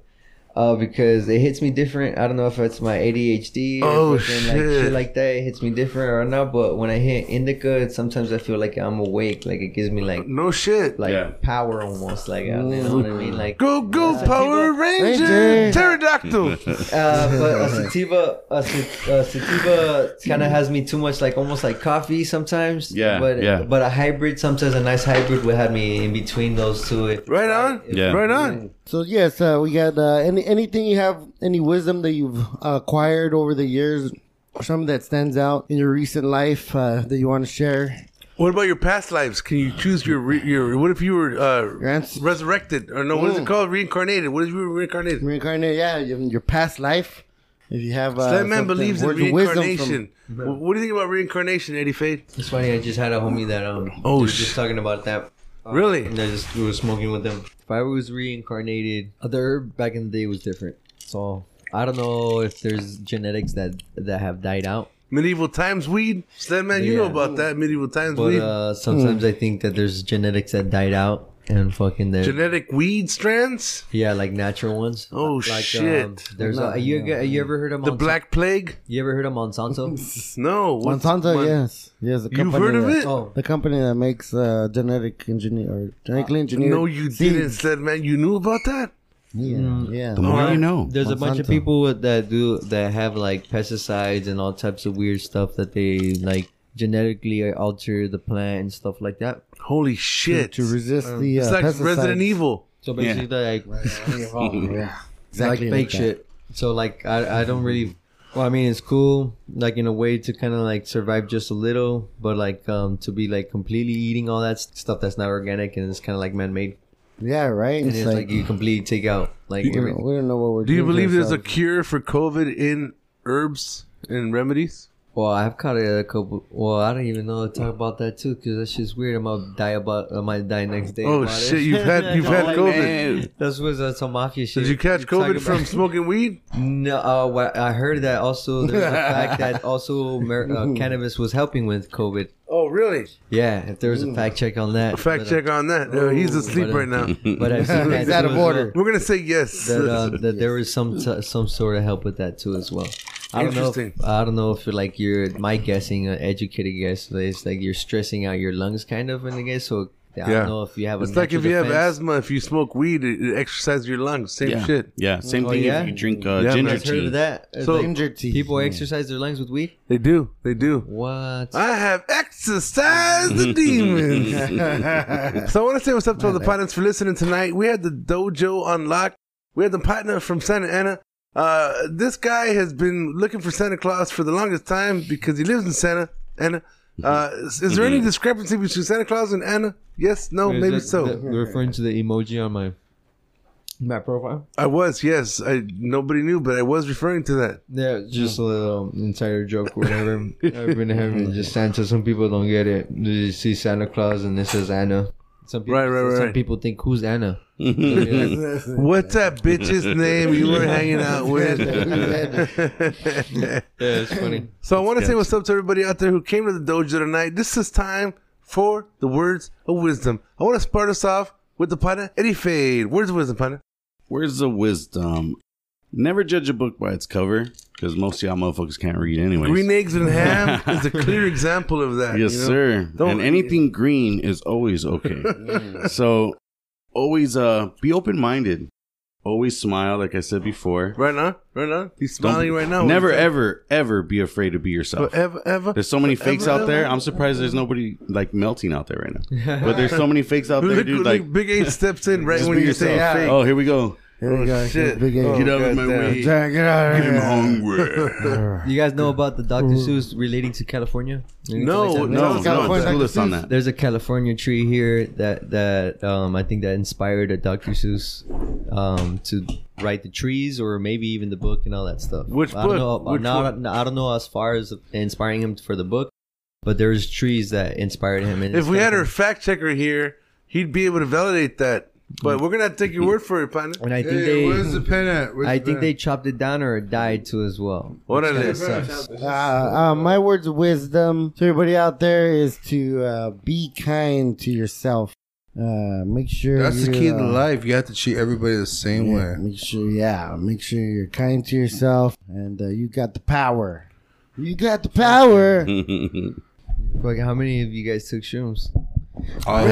Speaker 7: uh, because it hits me different. I don't know if it's my ADHD or
Speaker 2: Oh,
Speaker 7: fucking, like
Speaker 2: shit.
Speaker 7: shit like that. It hits me different or not. But when I hit indica, sometimes I feel like I'm awake. Like it gives me like
Speaker 2: no shit,
Speaker 7: like power almost. Like uh, you know what I mean? Like
Speaker 2: Go, go, Power Ranger!
Speaker 7: Ranger.
Speaker 2: Pterodactyl!
Speaker 7: Uh, but a sativa, a, sa- a sativa kind of has me too much, like almost like coffee sometimes.
Speaker 10: Yeah,
Speaker 7: But
Speaker 10: yeah.
Speaker 7: but a hybrid sometimes a nice hybrid would have me in between those two.
Speaker 2: Right on.
Speaker 10: Yeah. Right
Speaker 2: on.
Speaker 4: So yes, uh, we got uh, any anything you have, any wisdom that you've acquired over the years, or something that stands out in your recent life uh, that you want to share.
Speaker 2: What about your past lives? Can you choose your re- your? What if you were uh, resurrected or no? What is it
Speaker 4: Mm.
Speaker 2: called? Reincarnated. What if you were reincarnated?
Speaker 4: Reincarnate, yeah, your, your past life. If you have, uh,
Speaker 2: So that man
Speaker 4: something-
Speaker 2: believes in
Speaker 4: words of wisdom from-
Speaker 2: reincarnation. Wh- what do you think about reincarnation, Eddie Fade?
Speaker 7: It's funny. I just had a homie that um.
Speaker 2: Oh,
Speaker 7: we were
Speaker 2: sh-
Speaker 7: just talking about that. Uh,
Speaker 2: Really?
Speaker 7: And I just we were smoking with them. If I was reincarnated, other back in the day was different. So I don't know if there's genetics that that have died out.
Speaker 2: Medieval times weed. So that man, you know
Speaker 7: Yeah.
Speaker 2: about that medieval times
Speaker 7: But
Speaker 2: weed.
Speaker 7: uh, sometimes
Speaker 2: Hmm.
Speaker 7: I think that there's genetics that died out and fucking that
Speaker 2: Genetic weed strands.
Speaker 7: Yeah, like natural ones.
Speaker 2: Oh
Speaker 7: like,
Speaker 2: shit!
Speaker 7: um, there's a, you, you ever heard of
Speaker 2: the
Speaker 7: Monsanto?
Speaker 2: Black Plague?
Speaker 7: You ever heard of Monsanto?
Speaker 2: No, what's-
Speaker 4: Monsanto,
Speaker 2: Mon-
Speaker 4: yes, yes. The
Speaker 2: You've
Speaker 4: company
Speaker 2: heard of
Speaker 4: that-
Speaker 2: it? Oh.
Speaker 4: The company that makes uh, genetic engineer or genetically engineered.
Speaker 2: Uh, No, you didn't, said man. You knew about that?
Speaker 4: Yeah,
Speaker 7: Mm.
Speaker 4: yeah.
Speaker 7: uh, There's a bunch of
Speaker 4: Monsanto.
Speaker 7: people with- that do that have like pesticides and all types of weird stuff that they like genetically alter the plant and stuff like that.
Speaker 2: Holy shit!
Speaker 4: to resist
Speaker 2: Um,
Speaker 4: the,
Speaker 2: it's
Speaker 4: uh,
Speaker 2: like
Speaker 4: pesticides.
Speaker 2: Resident Evil.
Speaker 7: So basically, like
Speaker 4: yeah, exactly like that.
Speaker 7: like fake shit. So like I I don't really. Well, I mean, it's cool, like in a way to kind of like survive just a little, but like um to be like completely eating all that st- stuff that's not organic and it's kind of like man made.
Speaker 4: Yeah, right.
Speaker 7: And it's, like, you completely take out like
Speaker 4: we don't,
Speaker 7: everything.
Speaker 4: we don't know what we're
Speaker 2: Do you
Speaker 4: doing to
Speaker 2: believe there's a
Speaker 4: ourselves.
Speaker 2: cure for COVID in herbs and remedies?
Speaker 7: Well, I've caught it a couple. Well, I don't even know to talk about that too because that shit's weird. I'm gonna die about. I might die next day.
Speaker 2: Oh
Speaker 7: about it.
Speaker 2: shit! You've had you've had
Speaker 7: Oh,
Speaker 2: COVID.
Speaker 7: That's was uh, some mafia shit.
Speaker 2: Did you catch COVID
Speaker 7: talking
Speaker 2: from
Speaker 7: about-
Speaker 2: smoking weed?
Speaker 7: No, uh, wha- I heard that also. There's a fact that also mer- uh, cannabis was helping with COVID.
Speaker 2: Oh really?
Speaker 7: Yeah, if there was a fact check on
Speaker 2: Mm.
Speaker 7: that.
Speaker 2: Fact
Speaker 7: but, uh,
Speaker 2: check on that. No, he's asleep right
Speaker 7: but, uh,
Speaker 2: now.
Speaker 7: but I've seen that
Speaker 4: He's out of
Speaker 7: too as
Speaker 4: order.
Speaker 2: We're gonna say yes.
Speaker 7: Well, that, uh, that there was some t- some sort of help with that too as well. I don't know. If,
Speaker 2: Interesting.
Speaker 7: I don't know if you're like you're my guessing, an educated guess. but It's like you're stressing out your lungs kind of in the case. So I don't know if you have.
Speaker 2: It's
Speaker 7: a
Speaker 2: like if
Speaker 7: natural
Speaker 2: you have
Speaker 7: defense.
Speaker 2: asthma, if you smoke weed, it, it exercises your lungs. Same
Speaker 10: Yeah.
Speaker 2: shit.
Speaker 10: Yeah, same
Speaker 7: Oh,
Speaker 10: thing
Speaker 7: yeah?
Speaker 10: if you drink uh,
Speaker 2: Yeah,
Speaker 10: ginger
Speaker 2: man.
Speaker 7: Heard
Speaker 10: tea.
Speaker 7: of that? It's
Speaker 2: So-
Speaker 7: like
Speaker 4: Ginger tea.
Speaker 7: people exercise their lungs with weed.
Speaker 2: They do. They do.
Speaker 7: What?
Speaker 2: I have exercised the demons. so I want to say what's up to all the partners for listening tonight. We had the dojo unlocked. We had the partner from Santa Ana. Uh, this guy has been looking for Santa Claus for the longest time because he lives in Santa Ana. Uh, is, is there any discrepancy between Santa Claus and Anna? Yes, no,
Speaker 7: Is
Speaker 2: maybe
Speaker 7: that-
Speaker 2: so.
Speaker 7: that- referring to the emoji on my my profile.
Speaker 2: I was, yes. I nobody knew, but I was referring to that.
Speaker 7: Yeah, just a little insider joke or whatever. I've been having just Santa. Some people don't get it. They see Santa Claus and this is Anna. Some people,
Speaker 2: Right, right,
Speaker 7: some
Speaker 2: right.
Speaker 7: people think who's Anna?
Speaker 2: What's that bitch's name you were hanging out with?
Speaker 7: Yeah, it's funny.
Speaker 2: So I want to say what's up to everybody out there who came to the dojo tonight. This is time for the words of wisdom. I want to start us off with the partner Eddie Fade. Words of wisdom, partner.
Speaker 10: Where's the wisdom? Never judge a book by its cover, because most of y'all motherfuckers can't read anyway.
Speaker 2: Green eggs and ham is a clear example of that.
Speaker 10: Yes,
Speaker 2: you know?
Speaker 10: sir.
Speaker 2: Don't- Mm.
Speaker 10: and anything green is always okay. so always uh be open minded. Always smile, like I said before.
Speaker 2: Right now, right now, he's
Speaker 10: Don't
Speaker 2: smiling
Speaker 10: be-
Speaker 2: right now.
Speaker 10: Never, ever, ever be afraid to be yourself.
Speaker 2: Forever, ever.
Speaker 10: There's so many
Speaker 2: Forever,
Speaker 10: fakes out there.
Speaker 2: ever.
Speaker 10: I'm surprised there's nobody like melting out there right now. But there's so many fakes out there,
Speaker 2: Look,
Speaker 10: dude.
Speaker 2: look,
Speaker 10: Like
Speaker 2: Big A steps in right
Speaker 10: just
Speaker 2: when
Speaker 10: be
Speaker 2: you say "Ah."
Speaker 10: yourself.
Speaker 2: fake.
Speaker 10: Oh, here we go.
Speaker 4: Here we go. Big
Speaker 2: Oh.
Speaker 4: A.
Speaker 10: Get out of my way.
Speaker 4: Jack, get out of
Speaker 10: I'm
Speaker 4: here.
Speaker 10: hungry.
Speaker 7: You guys know about the Dr. Seuss relating to California? Relating to
Speaker 10: No,
Speaker 7: Lake Tahoe?
Speaker 10: Oh, no, no, California school Dr. us on Seuss. that.
Speaker 7: There's a California tree here that that um, I think that inspired a Dr. Seuss um, to write the trees or maybe even the book and all that stuff.
Speaker 2: Which
Speaker 7: I don't
Speaker 2: book?
Speaker 7: know,
Speaker 2: Which
Speaker 7: not- I don't know as far as inspiring him for the book, but there's trees that inspired him. And
Speaker 2: If we had
Speaker 7: her.
Speaker 2: our fact checker here, he'd be able to validate that. But we're gonna take your word for it, partner.
Speaker 7: And I think they.
Speaker 6: where's the pen at? Where's
Speaker 7: I
Speaker 6: the
Speaker 7: think
Speaker 6: pen?
Speaker 7: they chopped it down or it died too as well.
Speaker 2: What
Speaker 7: Which
Speaker 2: are they?
Speaker 7: kinda sucks.
Speaker 4: Uh, uh, my words of wisdom to everybody out there is to uh, be kind to yourself. Uh, make sure
Speaker 6: That's the key
Speaker 4: you,
Speaker 6: to
Speaker 4: uh,
Speaker 6: life. You have to treat everybody the same
Speaker 4: Yeah,
Speaker 6: way.
Speaker 4: make sure, yeah, make sure you're kind to yourself, and uh, you got the power. You got the
Speaker 10: Mm-hmm.
Speaker 4: power.
Speaker 7: Fuck, how many of you guys took shrooms?
Speaker 2: Oh,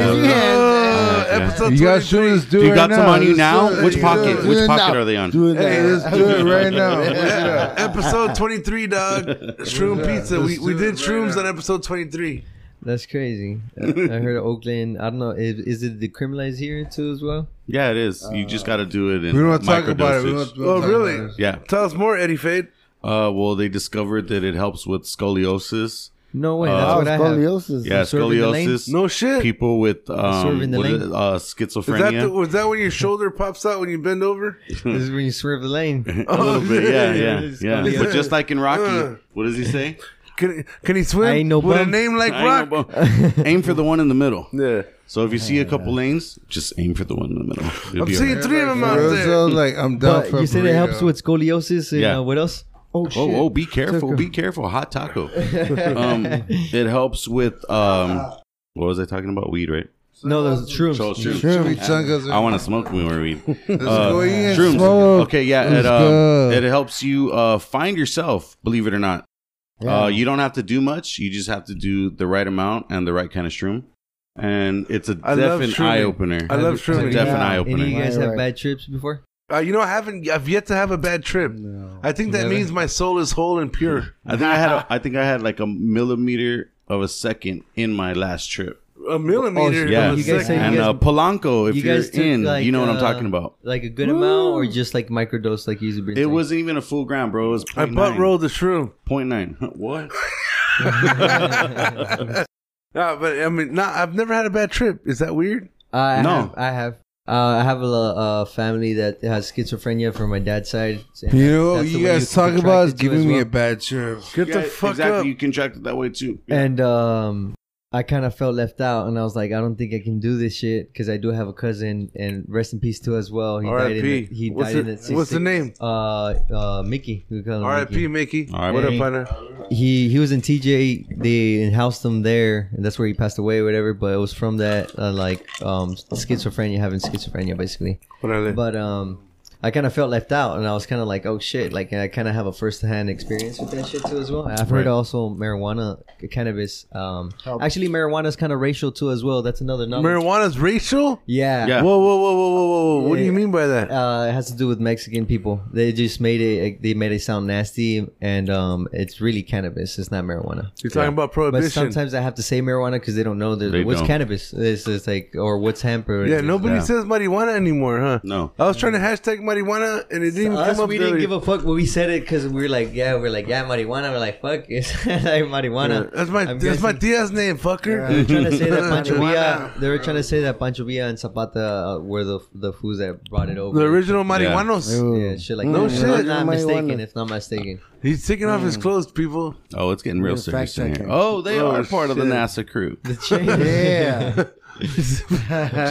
Speaker 6: You guys shoot this dude.
Speaker 10: Do you
Speaker 6: right
Speaker 10: got some
Speaker 6: now.
Speaker 10: on you
Speaker 6: Just
Speaker 10: now?
Speaker 6: do it.
Speaker 10: Which
Speaker 6: Do
Speaker 10: pocket?
Speaker 6: it.
Speaker 10: Which
Speaker 6: Do it
Speaker 10: pocket
Speaker 6: now.
Speaker 10: are they on?
Speaker 6: Do it
Speaker 10: Hey,
Speaker 6: now.
Speaker 10: let's
Speaker 6: do it right now.
Speaker 2: episode 23, dog. Shroom pizza. We, we did shrooms on episode 23.
Speaker 7: That's crazy. I I heard Oakland. I don't know. Is, is it decriminalized here too as well?
Speaker 10: Yeah, it is. You just got to do it. In
Speaker 6: We don't wanna talk about it. We
Speaker 10: microdosage.
Speaker 6: don't wanna- we don't wanna
Speaker 2: Oh, really? talk about
Speaker 10: Yeah.
Speaker 2: Tell us more, Eddie Fade.
Speaker 10: Uh, well, they discovered that it helps with scoliosis.
Speaker 7: No
Speaker 10: Uh,
Speaker 7: way, that's what I have. Scoliosis.
Speaker 10: Yeah,
Speaker 7: Swerve in the lane?
Speaker 10: scoliosis.
Speaker 2: No shit.
Speaker 10: People with
Speaker 7: Swerve in
Speaker 10: um,
Speaker 7: the
Speaker 10: what
Speaker 7: lane?
Speaker 10: is it? uh,
Speaker 2: Is that
Speaker 10: schizophrenia.
Speaker 2: the, was that when your shoulder pops out when you bend over?
Speaker 7: This is when you swerve the lane.
Speaker 10: a little bit, yeah, yeah, yeah.
Speaker 7: Scoliosis.
Speaker 10: But just like in
Speaker 2: Uh.
Speaker 10: Rocky, what does he say?
Speaker 2: Can, can he swim
Speaker 7: I ain't no
Speaker 2: with a
Speaker 7: bum.
Speaker 2: name like
Speaker 10: I
Speaker 2: Rock?
Speaker 10: ain't no bum. aim for the one in the middle.
Speaker 2: Yeah.
Speaker 10: So if you see a couple lanes, just aim for the one in the middle. You'll
Speaker 2: I'm
Speaker 10: be
Speaker 2: seeing
Speaker 10: alright.
Speaker 2: three of them out there.
Speaker 6: So like I'm down
Speaker 7: But
Speaker 6: for.
Speaker 7: you said it helps with scoliosis. And,
Speaker 10: Yeah.
Speaker 7: uh, what else?
Speaker 4: Oh
Speaker 10: Oh, oh, be careful, be careful. Hot taco. um, it helps with um, what was I talking about? Weed, right?
Speaker 7: No, those shrooms.
Speaker 10: So shrooms.
Speaker 6: Chimichangas.
Speaker 10: I want to smoke when we're weed. Uh,
Speaker 6: go eat and
Speaker 10: shrooms.
Speaker 6: smoke.
Speaker 10: Okay, yeah,
Speaker 6: Let's
Speaker 10: it, um,
Speaker 6: go.
Speaker 10: it helps you uh, find yourself. Believe it or not,
Speaker 4: Yeah.
Speaker 10: uh, you don't have to do much. You just have to do the right amount and the right kind of shroom, and it's a
Speaker 2: I love
Speaker 10: definite
Speaker 2: shrooming.
Speaker 10: eye opener.
Speaker 2: I love
Speaker 10: It's a
Speaker 2: shrooming.
Speaker 10: definite
Speaker 4: Yeah.
Speaker 10: eye
Speaker 7: Any of you
Speaker 10: opener.
Speaker 7: guys
Speaker 4: Right,
Speaker 7: have
Speaker 4: right.
Speaker 7: bad trips before?
Speaker 2: Uh, you know, I haven't. I've yet to have a bad trip. I think that
Speaker 7: Never?
Speaker 2: means my soul is whole and pure.
Speaker 10: I think I had a, I think I had like a millimeter of a second in my last trip.
Speaker 2: A millimeter.
Speaker 7: shit.
Speaker 10: Yeah,
Speaker 2: of a
Speaker 7: Oh, You guys say
Speaker 2: second.
Speaker 10: and
Speaker 7: you guys-
Speaker 10: uh, Polanco, if
Speaker 7: you
Speaker 10: you are
Speaker 7: guys took,
Speaker 10: in,
Speaker 7: like,
Speaker 10: you know what
Speaker 7: uh,
Speaker 10: I'm talking about.
Speaker 7: Like a good amount, or just like microdose, like you used to bring?
Speaker 10: It wasn't even a full gram, bro. It was
Speaker 2: uh, I
Speaker 10: 0.9.
Speaker 2: butt rolled the shroom.
Speaker 10: 0.9. what?
Speaker 2: No, Uh, but I mean, nah, I've never had a bad trip. Is that weird?
Speaker 7: Uh, I
Speaker 10: No.
Speaker 7: have, I have. Uh, I have a uh, family that has schizophrenia from my dad's side. and
Speaker 6: You know,
Speaker 7: that's the
Speaker 6: you
Speaker 7: way
Speaker 6: guys talk
Speaker 7: contract
Speaker 6: about
Speaker 7: it
Speaker 6: is
Speaker 7: to
Speaker 6: giving
Speaker 7: as
Speaker 6: me
Speaker 7: well.
Speaker 6: a bad trip.
Speaker 2: Get
Speaker 10: Yeah,
Speaker 2: the fuck
Speaker 10: exactly.
Speaker 2: up.
Speaker 10: You contracted that way too.
Speaker 7: and um I kind of felt left out, and I was like, I don't think I can do this shit because I do have a cousin, and rest in peace to as well. He died in the,
Speaker 2: R.I.P.
Speaker 7: he
Speaker 2: What's
Speaker 7: died
Speaker 2: the-
Speaker 7: in the
Speaker 2: what's the
Speaker 7: 60s.
Speaker 2: name?
Speaker 7: Uh, uh, Mickey. We call him
Speaker 2: R.I.P.
Speaker 7: Mickey.
Speaker 2: Mickey.
Speaker 10: R.I.P.
Speaker 2: What up,
Speaker 7: Hey.
Speaker 2: partner?
Speaker 7: He he was in TJ. They housed him there, and that's where he passed away, or whatever. But it was from that uh, like um schizophrenia, having schizophrenia basically.
Speaker 2: What up?
Speaker 7: But um, I kind of felt left out, and I was kind of like, oh shit! Like I kind of have a first-hand experience with that shit too, as well. I've
Speaker 10: Right.
Speaker 7: heard also marijuana, uh, cannabis. Um, actually, marijuana is kind of racial too, as well. That's another knowledge.
Speaker 2: Marijuana's racial?
Speaker 7: um, yeah.
Speaker 10: Yeah.
Speaker 2: Whoa, whoa, whoa, whoa, whoa, whoa! What do
Speaker 7: Yeah.
Speaker 2: you mean by that?
Speaker 7: Uh, it has to do with Mexican people. They just made it. They made it sound nasty, and um, it's really cannabis. It's not marijuana.
Speaker 2: You're talking about
Speaker 7: But
Speaker 2: prohibition.
Speaker 7: sometimes I have to say marijuana because they don't know that
Speaker 10: They
Speaker 7: what's
Speaker 10: don't.
Speaker 7: cannabis. It's, it's like or what's hampered.
Speaker 2: yeah, nobody
Speaker 10: Yeah.
Speaker 2: says marijuana anymore, huh?
Speaker 10: No.
Speaker 2: I was trying to hashtag marijuana and it didn't even
Speaker 7: Us,
Speaker 2: come up.
Speaker 7: we didn't
Speaker 2: really.
Speaker 7: give a fuck when we said it because we were like, yeah, we're like, yeah, marijuana. We're like, fuck, it's like marijuana.
Speaker 2: That's my
Speaker 7: I'm
Speaker 2: that's my
Speaker 7: guessing-
Speaker 2: Diaz name, fucker.
Speaker 7: They were trying to say that Pancho Villa.
Speaker 2: Marijuana.
Speaker 7: They were trying to say that Pancho Villa and Zapata uh, were the the fools that brought it over.
Speaker 2: The original marihuanos.
Speaker 7: yeah, shit like
Speaker 2: No
Speaker 7: that.
Speaker 2: shit.
Speaker 7: If I'm not
Speaker 4: Marijuana.
Speaker 7: mistaken, if not mistaken.
Speaker 2: He's taking off
Speaker 7: Mm.
Speaker 2: his clothes, people.
Speaker 10: Oh, it's getting real
Speaker 4: Fact
Speaker 10: serious in here.
Speaker 4: checking.
Speaker 10: Oh, they
Speaker 2: Oh,
Speaker 10: are part of the
Speaker 2: shit.
Speaker 10: NASA crew.
Speaker 4: Yeah.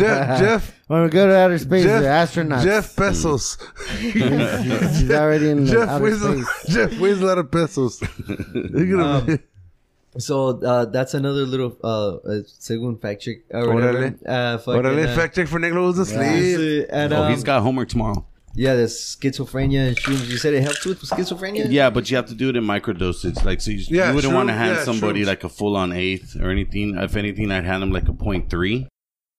Speaker 2: Jeff Jeff
Speaker 4: when we go to outer space,
Speaker 2: Jeff
Speaker 4: they're astronauts.
Speaker 2: Jeff Bezos.
Speaker 4: He's already in
Speaker 2: Jeff
Speaker 4: outer
Speaker 2: weighs a,
Speaker 4: space.
Speaker 2: Jeff weighs a lot of pesos. You're gonna
Speaker 7: Um, So uh, that's another little uh, uh second fact check or whatever.
Speaker 2: Órale.
Speaker 7: Uh,
Speaker 2: what
Speaker 7: fucking,
Speaker 2: a
Speaker 7: uh,
Speaker 2: fact check for Nicola was asleep.
Speaker 7: uh, and,
Speaker 10: oh,
Speaker 7: um,
Speaker 10: he's got homework tomorrow.
Speaker 7: yeah, there's schizophrenia and shrooms. You said it helps with schizophrenia.
Speaker 10: Yeah, but you have to do it in microdosage. Like, so you,
Speaker 2: Yeah,
Speaker 10: you wouldn't
Speaker 2: true.
Speaker 10: want to hand
Speaker 2: Yeah,
Speaker 10: somebody
Speaker 2: true.
Speaker 10: like a full on eighth or anything. If anything, I'd hand them like a point three.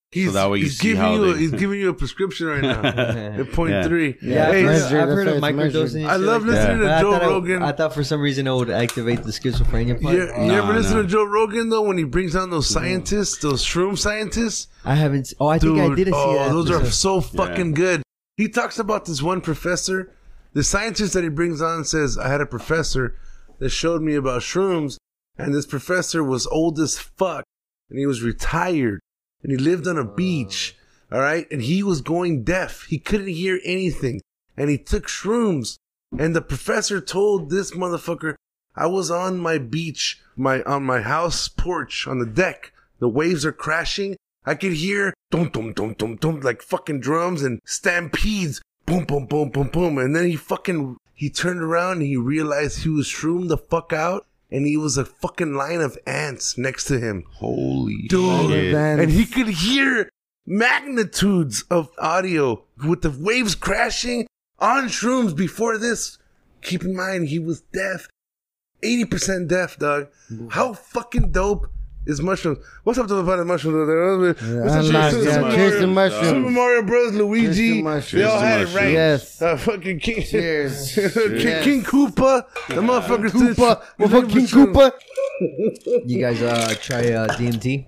Speaker 2: He's,
Speaker 10: that way you
Speaker 2: he's
Speaker 10: see
Speaker 2: giving
Speaker 10: how
Speaker 2: you a,
Speaker 10: they-
Speaker 2: he's giving you a prescription right now. At point
Speaker 10: Yeah.
Speaker 2: three.
Speaker 7: Yeah, I've
Speaker 2: Hey,
Speaker 7: heard,
Speaker 4: Measure,
Speaker 7: I've
Speaker 4: that's
Speaker 7: heard of
Speaker 4: right, it's
Speaker 7: microdosing.
Speaker 4: measured.
Speaker 7: and
Speaker 2: I
Speaker 7: shit
Speaker 2: love
Speaker 7: like that.
Speaker 2: listening to
Speaker 7: But I
Speaker 2: Joe
Speaker 7: thought I-
Speaker 2: Rogan.
Speaker 7: I, thought for some reason it would activate the schizophrenia part.
Speaker 2: You, you ever
Speaker 10: Nah,
Speaker 2: listen
Speaker 10: nah.
Speaker 2: to Joe Rogan though when he brings on those scientists, those shroom scientists?
Speaker 7: I haven't. s- Oh, I
Speaker 2: Dude,
Speaker 7: think I did see
Speaker 2: oh,
Speaker 7: that.
Speaker 2: those are
Speaker 7: episode.
Speaker 2: so fucking good. He talks about this one professor. The scientist that he brings on says, I had a professor that showed me about shrooms, and this professor was old as fuck, and he was retired, and he lived on a beach, all right? And he was going deaf. He couldn't hear anything, and he took shrooms. And the professor told this motherfucker, I was on my beach, my on my house porch on the deck. The waves are crashing. I could hear dum dum dum dum dum like fucking drums and stampedes. Boom boom boom boom boom. And then he fucking he turned around and he realized he was shroomed the fuck out. And he was a fucking line of ants next to him.
Speaker 10: Holy
Speaker 2: Dude.
Speaker 10: shit.
Speaker 2: And he could hear magnitudes of audio with the waves crashing on shrooms before this. Keep in mind, he was deaf. 80% deaf, dog. How fucking dope is mushrooms? What's up to the fucking mushrooms? What's up,
Speaker 4: I like
Speaker 2: Jason?
Speaker 4: that.
Speaker 2: Super
Speaker 4: Cheers to
Speaker 2: Mario-
Speaker 4: mushrooms.
Speaker 2: Super Mario Bros. Luigi.
Speaker 4: Cheers to mushrooms.
Speaker 2: They all had it
Speaker 4: Cheers to
Speaker 2: right.
Speaker 4: mushrooms. Yes.
Speaker 2: Uh, fucking King,
Speaker 4: Cheers.
Speaker 2: King,
Speaker 4: Yes.
Speaker 2: King Koopa. The motherfuckers. did-
Speaker 4: Well,
Speaker 2: did
Speaker 4: fuck King
Speaker 2: mushrooms.
Speaker 4: Koopa.
Speaker 7: You guys uh, try uh, DMT?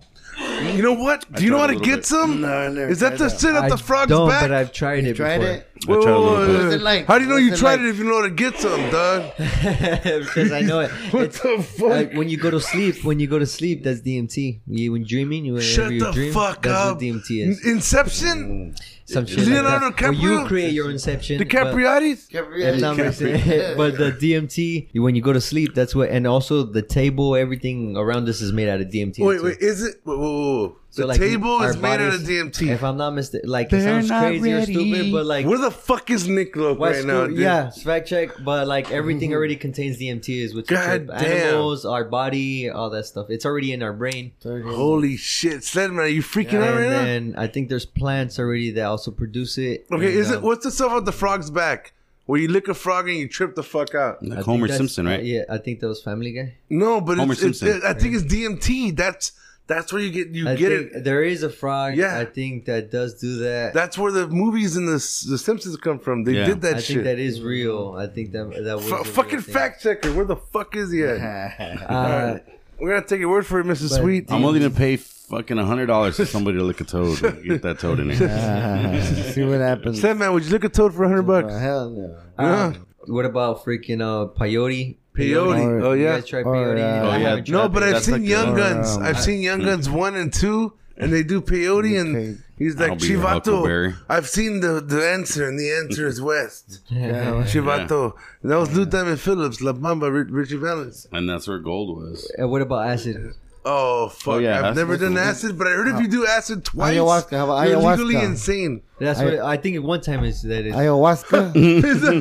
Speaker 2: You know what?
Speaker 7: I
Speaker 2: Do you know
Speaker 7: tried
Speaker 2: how
Speaker 7: a
Speaker 2: to
Speaker 7: little
Speaker 2: get
Speaker 7: bit.
Speaker 2: some?
Speaker 4: No, I never
Speaker 2: Is that
Speaker 4: tried
Speaker 2: the
Speaker 4: that.
Speaker 2: shit
Speaker 7: I
Speaker 2: up the frog's
Speaker 7: don't,
Speaker 2: back?
Speaker 7: but I've tried it
Speaker 4: tried
Speaker 7: before.
Speaker 4: it?
Speaker 2: Whoa,
Speaker 10: tried a little
Speaker 2: whoa,
Speaker 10: bit.
Speaker 2: whoa,
Speaker 4: What's
Speaker 2: whoa.
Speaker 4: it like?
Speaker 2: How do you know
Speaker 4: What's
Speaker 2: you
Speaker 4: it
Speaker 2: tried
Speaker 4: like?
Speaker 2: it if you know how to get some, dog?
Speaker 7: because I know it.
Speaker 2: What the fuck?
Speaker 7: Like when you go to sleep, when you go to sleep, that's DMT. You when dreaming, you
Speaker 2: Shut
Speaker 7: you
Speaker 2: the
Speaker 7: dream,
Speaker 2: fuck
Speaker 7: that's
Speaker 2: up.
Speaker 7: what DMT is.
Speaker 2: Inception?
Speaker 7: Some shit
Speaker 2: Leonardo
Speaker 7: like that. Or you
Speaker 2: DiCaprio?
Speaker 7: create your inception.
Speaker 2: The
Speaker 7: but-
Speaker 2: Capriotis?
Speaker 7: if not mistaken. but the DMT, when you go to sleep, that's what, and also the table, everything around us is made out of DMT.
Speaker 2: Wait,
Speaker 7: too.
Speaker 2: wait, is it? Whoa, whoa, whoa.
Speaker 7: So,
Speaker 2: the
Speaker 7: like,
Speaker 2: table
Speaker 7: our
Speaker 2: is made out of
Speaker 7: bodies-
Speaker 2: DMT.
Speaker 7: If I'm not mistaken, like it sounds crazy or stupid, but like
Speaker 2: Where the fuck is Nick Loke
Speaker 7: Why
Speaker 2: right now,
Speaker 7: scoop-
Speaker 2: dude?
Speaker 7: yeah, it's fact check, but like everything already contains DMT, is which
Speaker 2: God damn.
Speaker 7: animals, our body, all that stuff. It's already in our brain.
Speaker 2: Holy shit, Sledman, are you freaking
Speaker 7: and
Speaker 2: out right now?
Speaker 7: then I think there's plants already that also produce it.
Speaker 2: Okay,
Speaker 7: and,
Speaker 2: is
Speaker 7: uh,
Speaker 2: it what's the stuff with the frog's back? Where you lick a frog and you trip the fuck out.
Speaker 7: I
Speaker 10: Like
Speaker 7: think
Speaker 10: Homer
Speaker 7: that's- uh,
Speaker 10: Simpson, right?
Speaker 7: Yeah, I think that was Family Guy.
Speaker 2: No, but
Speaker 10: Homer
Speaker 2: it's, it's,
Speaker 10: Simpson.
Speaker 2: it- I think it's DMT. That's that's where you get you
Speaker 7: I
Speaker 2: get
Speaker 7: think
Speaker 2: it.
Speaker 7: there is a frog.
Speaker 2: Yeah.
Speaker 7: I think that does do that.
Speaker 2: That's where the movies and the the Simpsons come from. They
Speaker 10: Yeah.
Speaker 2: did that
Speaker 7: I
Speaker 2: shit.
Speaker 7: think that is real. I think that that was
Speaker 2: Fu-
Speaker 7: a real
Speaker 2: fucking
Speaker 7: thing.
Speaker 2: fact checker, where the fuck is he at? All
Speaker 7: Uh,
Speaker 2: right. We're gonna take your word for it, Mrs.
Speaker 7: But
Speaker 2: Sweet.
Speaker 10: I'm only gonna pay fucking hundred dollars for somebody to lick a toad. and get that toad in there.
Speaker 4: See what happens.
Speaker 2: Said man, would you lick a toad for hundred bucks?
Speaker 4: Oh, hell no.
Speaker 2: Yeah.
Speaker 7: um, what about freaking uh peyote?
Speaker 2: Peyote.
Speaker 4: Or-
Speaker 2: Oh
Speaker 7: You
Speaker 2: yeah.
Speaker 7: guys try
Speaker 4: or,
Speaker 7: peyote?
Speaker 4: uh,
Speaker 7: I
Speaker 10: Oh, yeah.
Speaker 7: haven't
Speaker 2: No,
Speaker 7: tried
Speaker 2: but I've
Speaker 10: That's
Speaker 2: seen
Speaker 10: like the-
Speaker 2: Young
Speaker 4: or,
Speaker 2: Guns.
Speaker 4: um,
Speaker 2: I've seen Young Guns one and two, and they do peyote,
Speaker 4: Okay.
Speaker 2: and he's
Speaker 10: I'll
Speaker 2: like
Speaker 10: be your
Speaker 2: Chivato.
Speaker 10: Huckleberry."
Speaker 2: I've seen the the answer, and the answer is West.
Speaker 4: Yeah.
Speaker 2: Chivato. And that was Lou Diamond Phillips, La Bamba, Ri- Richie Valens.
Speaker 10: and that's where gold was.
Speaker 7: And what about acid?
Speaker 2: Oh fuck!
Speaker 10: Oh, yeah,
Speaker 2: I've
Speaker 10: that's
Speaker 2: never
Speaker 10: what
Speaker 2: done
Speaker 10: the-
Speaker 2: acid, but I heard if you do acid twice,
Speaker 4: Ayahuasca, how about
Speaker 2: you're legally
Speaker 4: ayahuasca?
Speaker 2: insane.
Speaker 7: That's what I think. One time is that is
Speaker 4: Ayahuasca.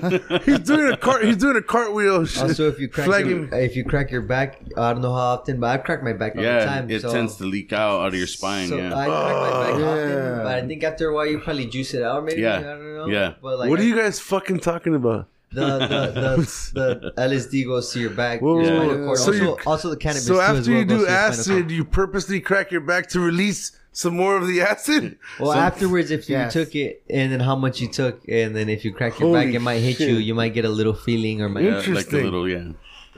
Speaker 2: he's doing a cart. He's doing a cartwheel. shit.
Speaker 7: also if you crack
Speaker 2: Flagging-
Speaker 7: your, if you crack your back. I don't know how often, but I crack my back all the
Speaker 10: Yeah,
Speaker 7: time.
Speaker 10: it
Speaker 7: so,
Speaker 10: tends to leak out out of your spine.
Speaker 2: uh,
Speaker 7: So
Speaker 10: yeah.
Speaker 7: I crack my back
Speaker 4: Oh.
Speaker 7: often,
Speaker 4: Yeah.
Speaker 7: but I think after a while you probably juice it out. Maybe
Speaker 10: Yeah.
Speaker 7: I don't know.
Speaker 10: Yeah.
Speaker 7: But like
Speaker 2: what are you guys fucking talking about?
Speaker 7: the the, the, the LSD goes to your back.
Speaker 2: Whoa,
Speaker 7: your
Speaker 2: whoa,
Speaker 7: spinal
Speaker 2: whoa.
Speaker 7: cord.
Speaker 2: So
Speaker 7: also,
Speaker 2: you-
Speaker 7: also the cannabis.
Speaker 2: So
Speaker 7: too,
Speaker 2: after
Speaker 7: as well
Speaker 2: you
Speaker 7: goes
Speaker 2: do
Speaker 7: to your spinal cord.
Speaker 2: acid, you purposely crack your back to release some more of the acid.
Speaker 7: Well,
Speaker 2: So-
Speaker 7: afterwards, if
Speaker 4: Yes.
Speaker 7: you took it, and then how much you took, and then if you crack your
Speaker 2: Holy
Speaker 7: back, it might hit you.
Speaker 2: shit.
Speaker 7: You might get a little feeling, or might
Speaker 10: Yeah, like a
Speaker 2: Interesting.
Speaker 10: little yeah,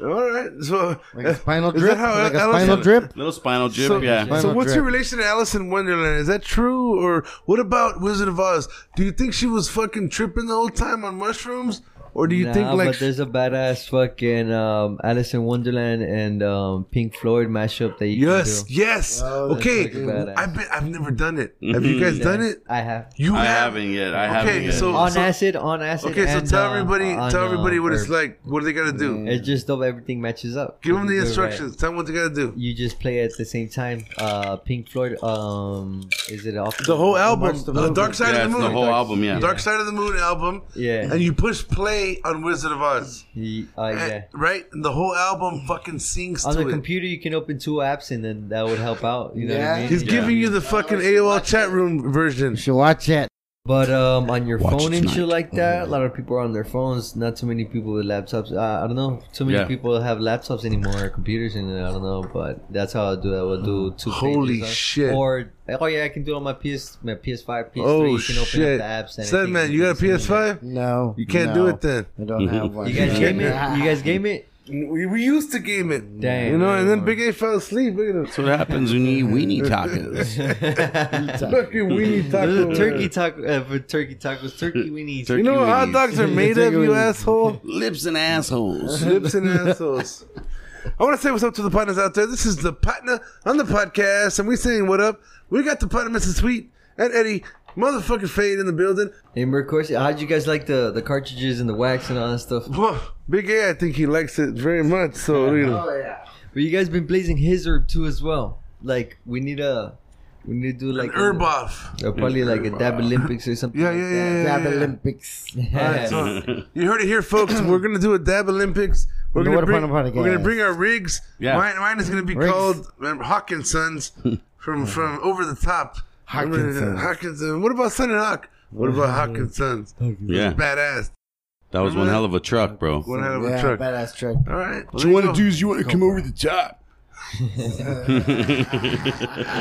Speaker 2: all right. So
Speaker 4: like a spinal
Speaker 2: Is that
Speaker 4: drip.
Speaker 2: how
Speaker 4: Like a
Speaker 2: Alice-
Speaker 4: spinal drip.
Speaker 10: little spinal jib.
Speaker 2: So-
Speaker 10: yeah,
Speaker 4: Spinal
Speaker 2: So what's your
Speaker 4: drip.
Speaker 2: relation to Alice in Wonderland? Is that true, or what about Wizard of Oz? Do you think she was fucking tripping the whole time on mushrooms, or do you
Speaker 7: Nah,
Speaker 2: think like
Speaker 7: but there's a badass fucking um, Alice in Wonderland and um, Pink Floyd mashup that you
Speaker 2: yes,
Speaker 7: can do.
Speaker 2: yes,
Speaker 4: Oh, that's
Speaker 2: okay?
Speaker 7: fucking badass.
Speaker 2: I've been, I've never done it. Have you guys done it?
Speaker 7: I have.
Speaker 2: You
Speaker 10: I
Speaker 2: have?
Speaker 10: haven't yet. I
Speaker 2: Okay,
Speaker 10: haven't yet.
Speaker 2: so-
Speaker 7: on acid, on acid.
Speaker 2: Okay, so
Speaker 7: and,
Speaker 2: tell
Speaker 7: uh,
Speaker 2: everybody,
Speaker 7: on,
Speaker 2: tell everybody
Speaker 7: uh,
Speaker 2: what it's
Speaker 7: herb.
Speaker 2: like. What do they gotta do?
Speaker 7: It's just dope. Everything matches up.
Speaker 2: Give
Speaker 7: If
Speaker 2: them the
Speaker 7: you do it right.
Speaker 2: instructions. Tell them what they gotta do.
Speaker 7: You just play at the same time. Uh, Pink Floyd. Um, is it off
Speaker 2: The whole album,
Speaker 4: the
Speaker 2: uh,
Speaker 4: Moon.
Speaker 2: Dark Side
Speaker 10: yeah,
Speaker 2: of
Speaker 10: it's
Speaker 2: the Moon,
Speaker 10: the whole album. Yeah,
Speaker 2: Dark Side of the Moon album,
Speaker 7: Yeah.
Speaker 2: and you push play on Wizard of Oz,
Speaker 7: Ye- Uh,
Speaker 2: And-
Speaker 7: yeah.
Speaker 2: right? And the whole album fucking sings
Speaker 7: on
Speaker 2: to
Speaker 7: the
Speaker 2: it.
Speaker 7: computer you can open two apps and then that would help out you know what i
Speaker 4: Yeah.
Speaker 7: mean
Speaker 2: He's giving you the fucking AOL chat room version.
Speaker 4: You should watch it.
Speaker 7: but um on your
Speaker 10: Watch
Speaker 7: phone
Speaker 10: it
Speaker 7: and shit
Speaker 10: tonight. Oh,
Speaker 7: like that a lot of people are on their phones not too many people with laptops uh, i don't know too many
Speaker 10: Yeah.
Speaker 7: people have laptops anymore or computers and i don't know but that's how i do it i will do two
Speaker 2: Mm. Holy
Speaker 7: pages on-
Speaker 2: shit.
Speaker 7: or oh yeah i can do it on my ps my ps5 ps3
Speaker 2: Oh
Speaker 7: you can open
Speaker 2: shit!
Speaker 7: up the apps and
Speaker 2: Said
Speaker 7: it
Speaker 2: man,
Speaker 7: takes
Speaker 2: you got a
Speaker 7: to the same
Speaker 2: PS5?
Speaker 4: No.
Speaker 2: You can't
Speaker 4: no.
Speaker 2: do it then.
Speaker 4: Mm-hmm. I don't have one.
Speaker 7: you guys game it you guys game it
Speaker 2: We, we used to game it. You know, and then Big A fell asleep. Look at him.
Speaker 10: That's what happens when you eat weenie tacos.
Speaker 2: Fucking weenie taco.
Speaker 7: There's a turkey taco uh, for turkey tacos. Turkey weenies.
Speaker 2: you know what hot dogs are made of, you asshole?
Speaker 10: Lips and assholes.
Speaker 2: Lips and assholes. I want to say what's up to the partners out there. This is the partner on the podcast, and we saying what up. We got the partner, Mr. Sweet and Eddie, motherfucking Fade in the building.
Speaker 7: And of course, how'd you guys like the, the cartridges and the wax and all that stuff?
Speaker 2: Whoa, Big A, I think he likes it very much. So, you know.
Speaker 7: But you guys been blazing his herb too as well. Like we need a we need to do like
Speaker 2: An herb off.
Speaker 7: Or probably like a dab Olympics or something.
Speaker 2: Yeah,
Speaker 7: like
Speaker 2: yeah,
Speaker 7: that.
Speaker 2: yeah, yeah, yeah.
Speaker 4: Olympics.
Speaker 2: All right, so you heard it here, folks. We're gonna do a dab Olympics. We're
Speaker 4: The
Speaker 2: gonna,
Speaker 4: What
Speaker 2: bring,
Speaker 4: Upon a Podcast.
Speaker 2: we're gonna bring our rigs.
Speaker 4: Yeah.
Speaker 2: Mine, mine is gonna be
Speaker 4: Rigs.
Speaker 2: called um, Hawkinsons from from over the top.
Speaker 10: Hawkinsons.
Speaker 2: Hawkinson. What about Son and Hawk? What about Hawkinsons?
Speaker 10: Yeah.
Speaker 2: Badass.
Speaker 10: That was one hell of a truck, bro.
Speaker 2: One hell of a
Speaker 4: Yeah,
Speaker 2: truck.
Speaker 4: badass truck.
Speaker 2: All right.
Speaker 10: What you wanna do
Speaker 2: is you want to come over the top.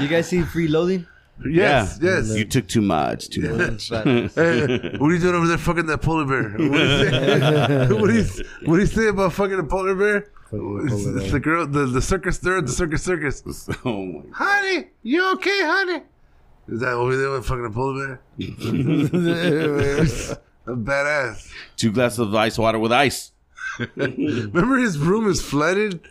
Speaker 7: You guys see free loading?
Speaker 2: Yes,
Speaker 10: Yeah.
Speaker 2: yes.
Speaker 10: You took too much, too much.
Speaker 2: Hey, what are you doing over there fucking that polar bear? What do you say, what do you, what do you say about fucking a polar bear? It's, it's the girl, the, the circus third, the circus circus.
Speaker 10: oh my
Speaker 2: Honey, you okay, honey? Is that over there with fucking a polar bear? a badass.
Speaker 10: Two glasses of ice water with ice.
Speaker 2: Remember his room is flooded?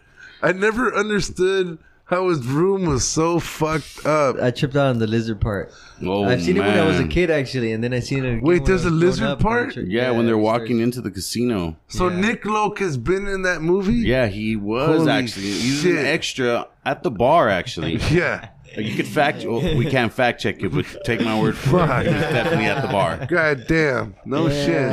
Speaker 2: I never understood how his room was so fucked up.
Speaker 7: I tripped out on the lizard part.
Speaker 10: Oh,
Speaker 7: I've seen it when I was a
Speaker 10: man.
Speaker 7: kid actually, and then I seen it. Again
Speaker 2: Wait,
Speaker 7: when
Speaker 2: there's
Speaker 7: I
Speaker 2: a
Speaker 7: was growing
Speaker 2: lizard
Speaker 7: up, and I
Speaker 2: part?
Speaker 7: tripped-
Speaker 10: Yeah, when they're
Speaker 7: it
Speaker 10: walking into the casino.
Speaker 2: So Nick Loke has been in that movie?
Speaker 10: Yeah, he was
Speaker 2: Holy
Speaker 10: actually. He's an
Speaker 2: shit.
Speaker 10: extra at the bar, actually.
Speaker 2: Yeah.
Speaker 10: You could fact. Well, we can't fact check it, but take my word for
Speaker 2: Fuck.
Speaker 10: it. He was definitely at the bar.
Speaker 2: God damn. No shit.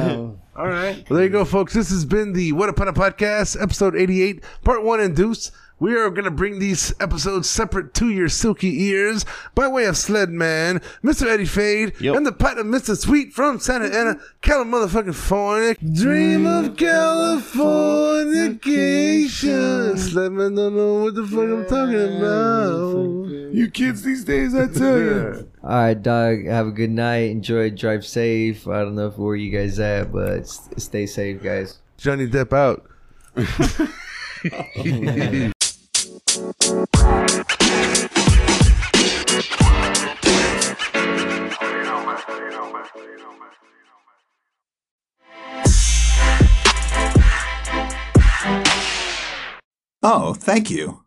Speaker 2: All right. Well, there you go, folks. This has been the What Upon a Podcast, episode 88, part one and deuce. We are going to bring these episodes separate to your silky ears by way of Sled Man, Mr. Eddie Fade, and the pet of Mr. Sweet from Santa Ana, California, motherfucking Fornic. Dream of Californication. Sled Man don't know what the fuck I'm talking about. You kids these days, I tell you.
Speaker 7: All right, dog. Have a good night. Enjoy. Drive safe. I don't know if where you guys at, but s- stay safe, guys.
Speaker 2: Johnny Depp out.
Speaker 11: Oh, thank you.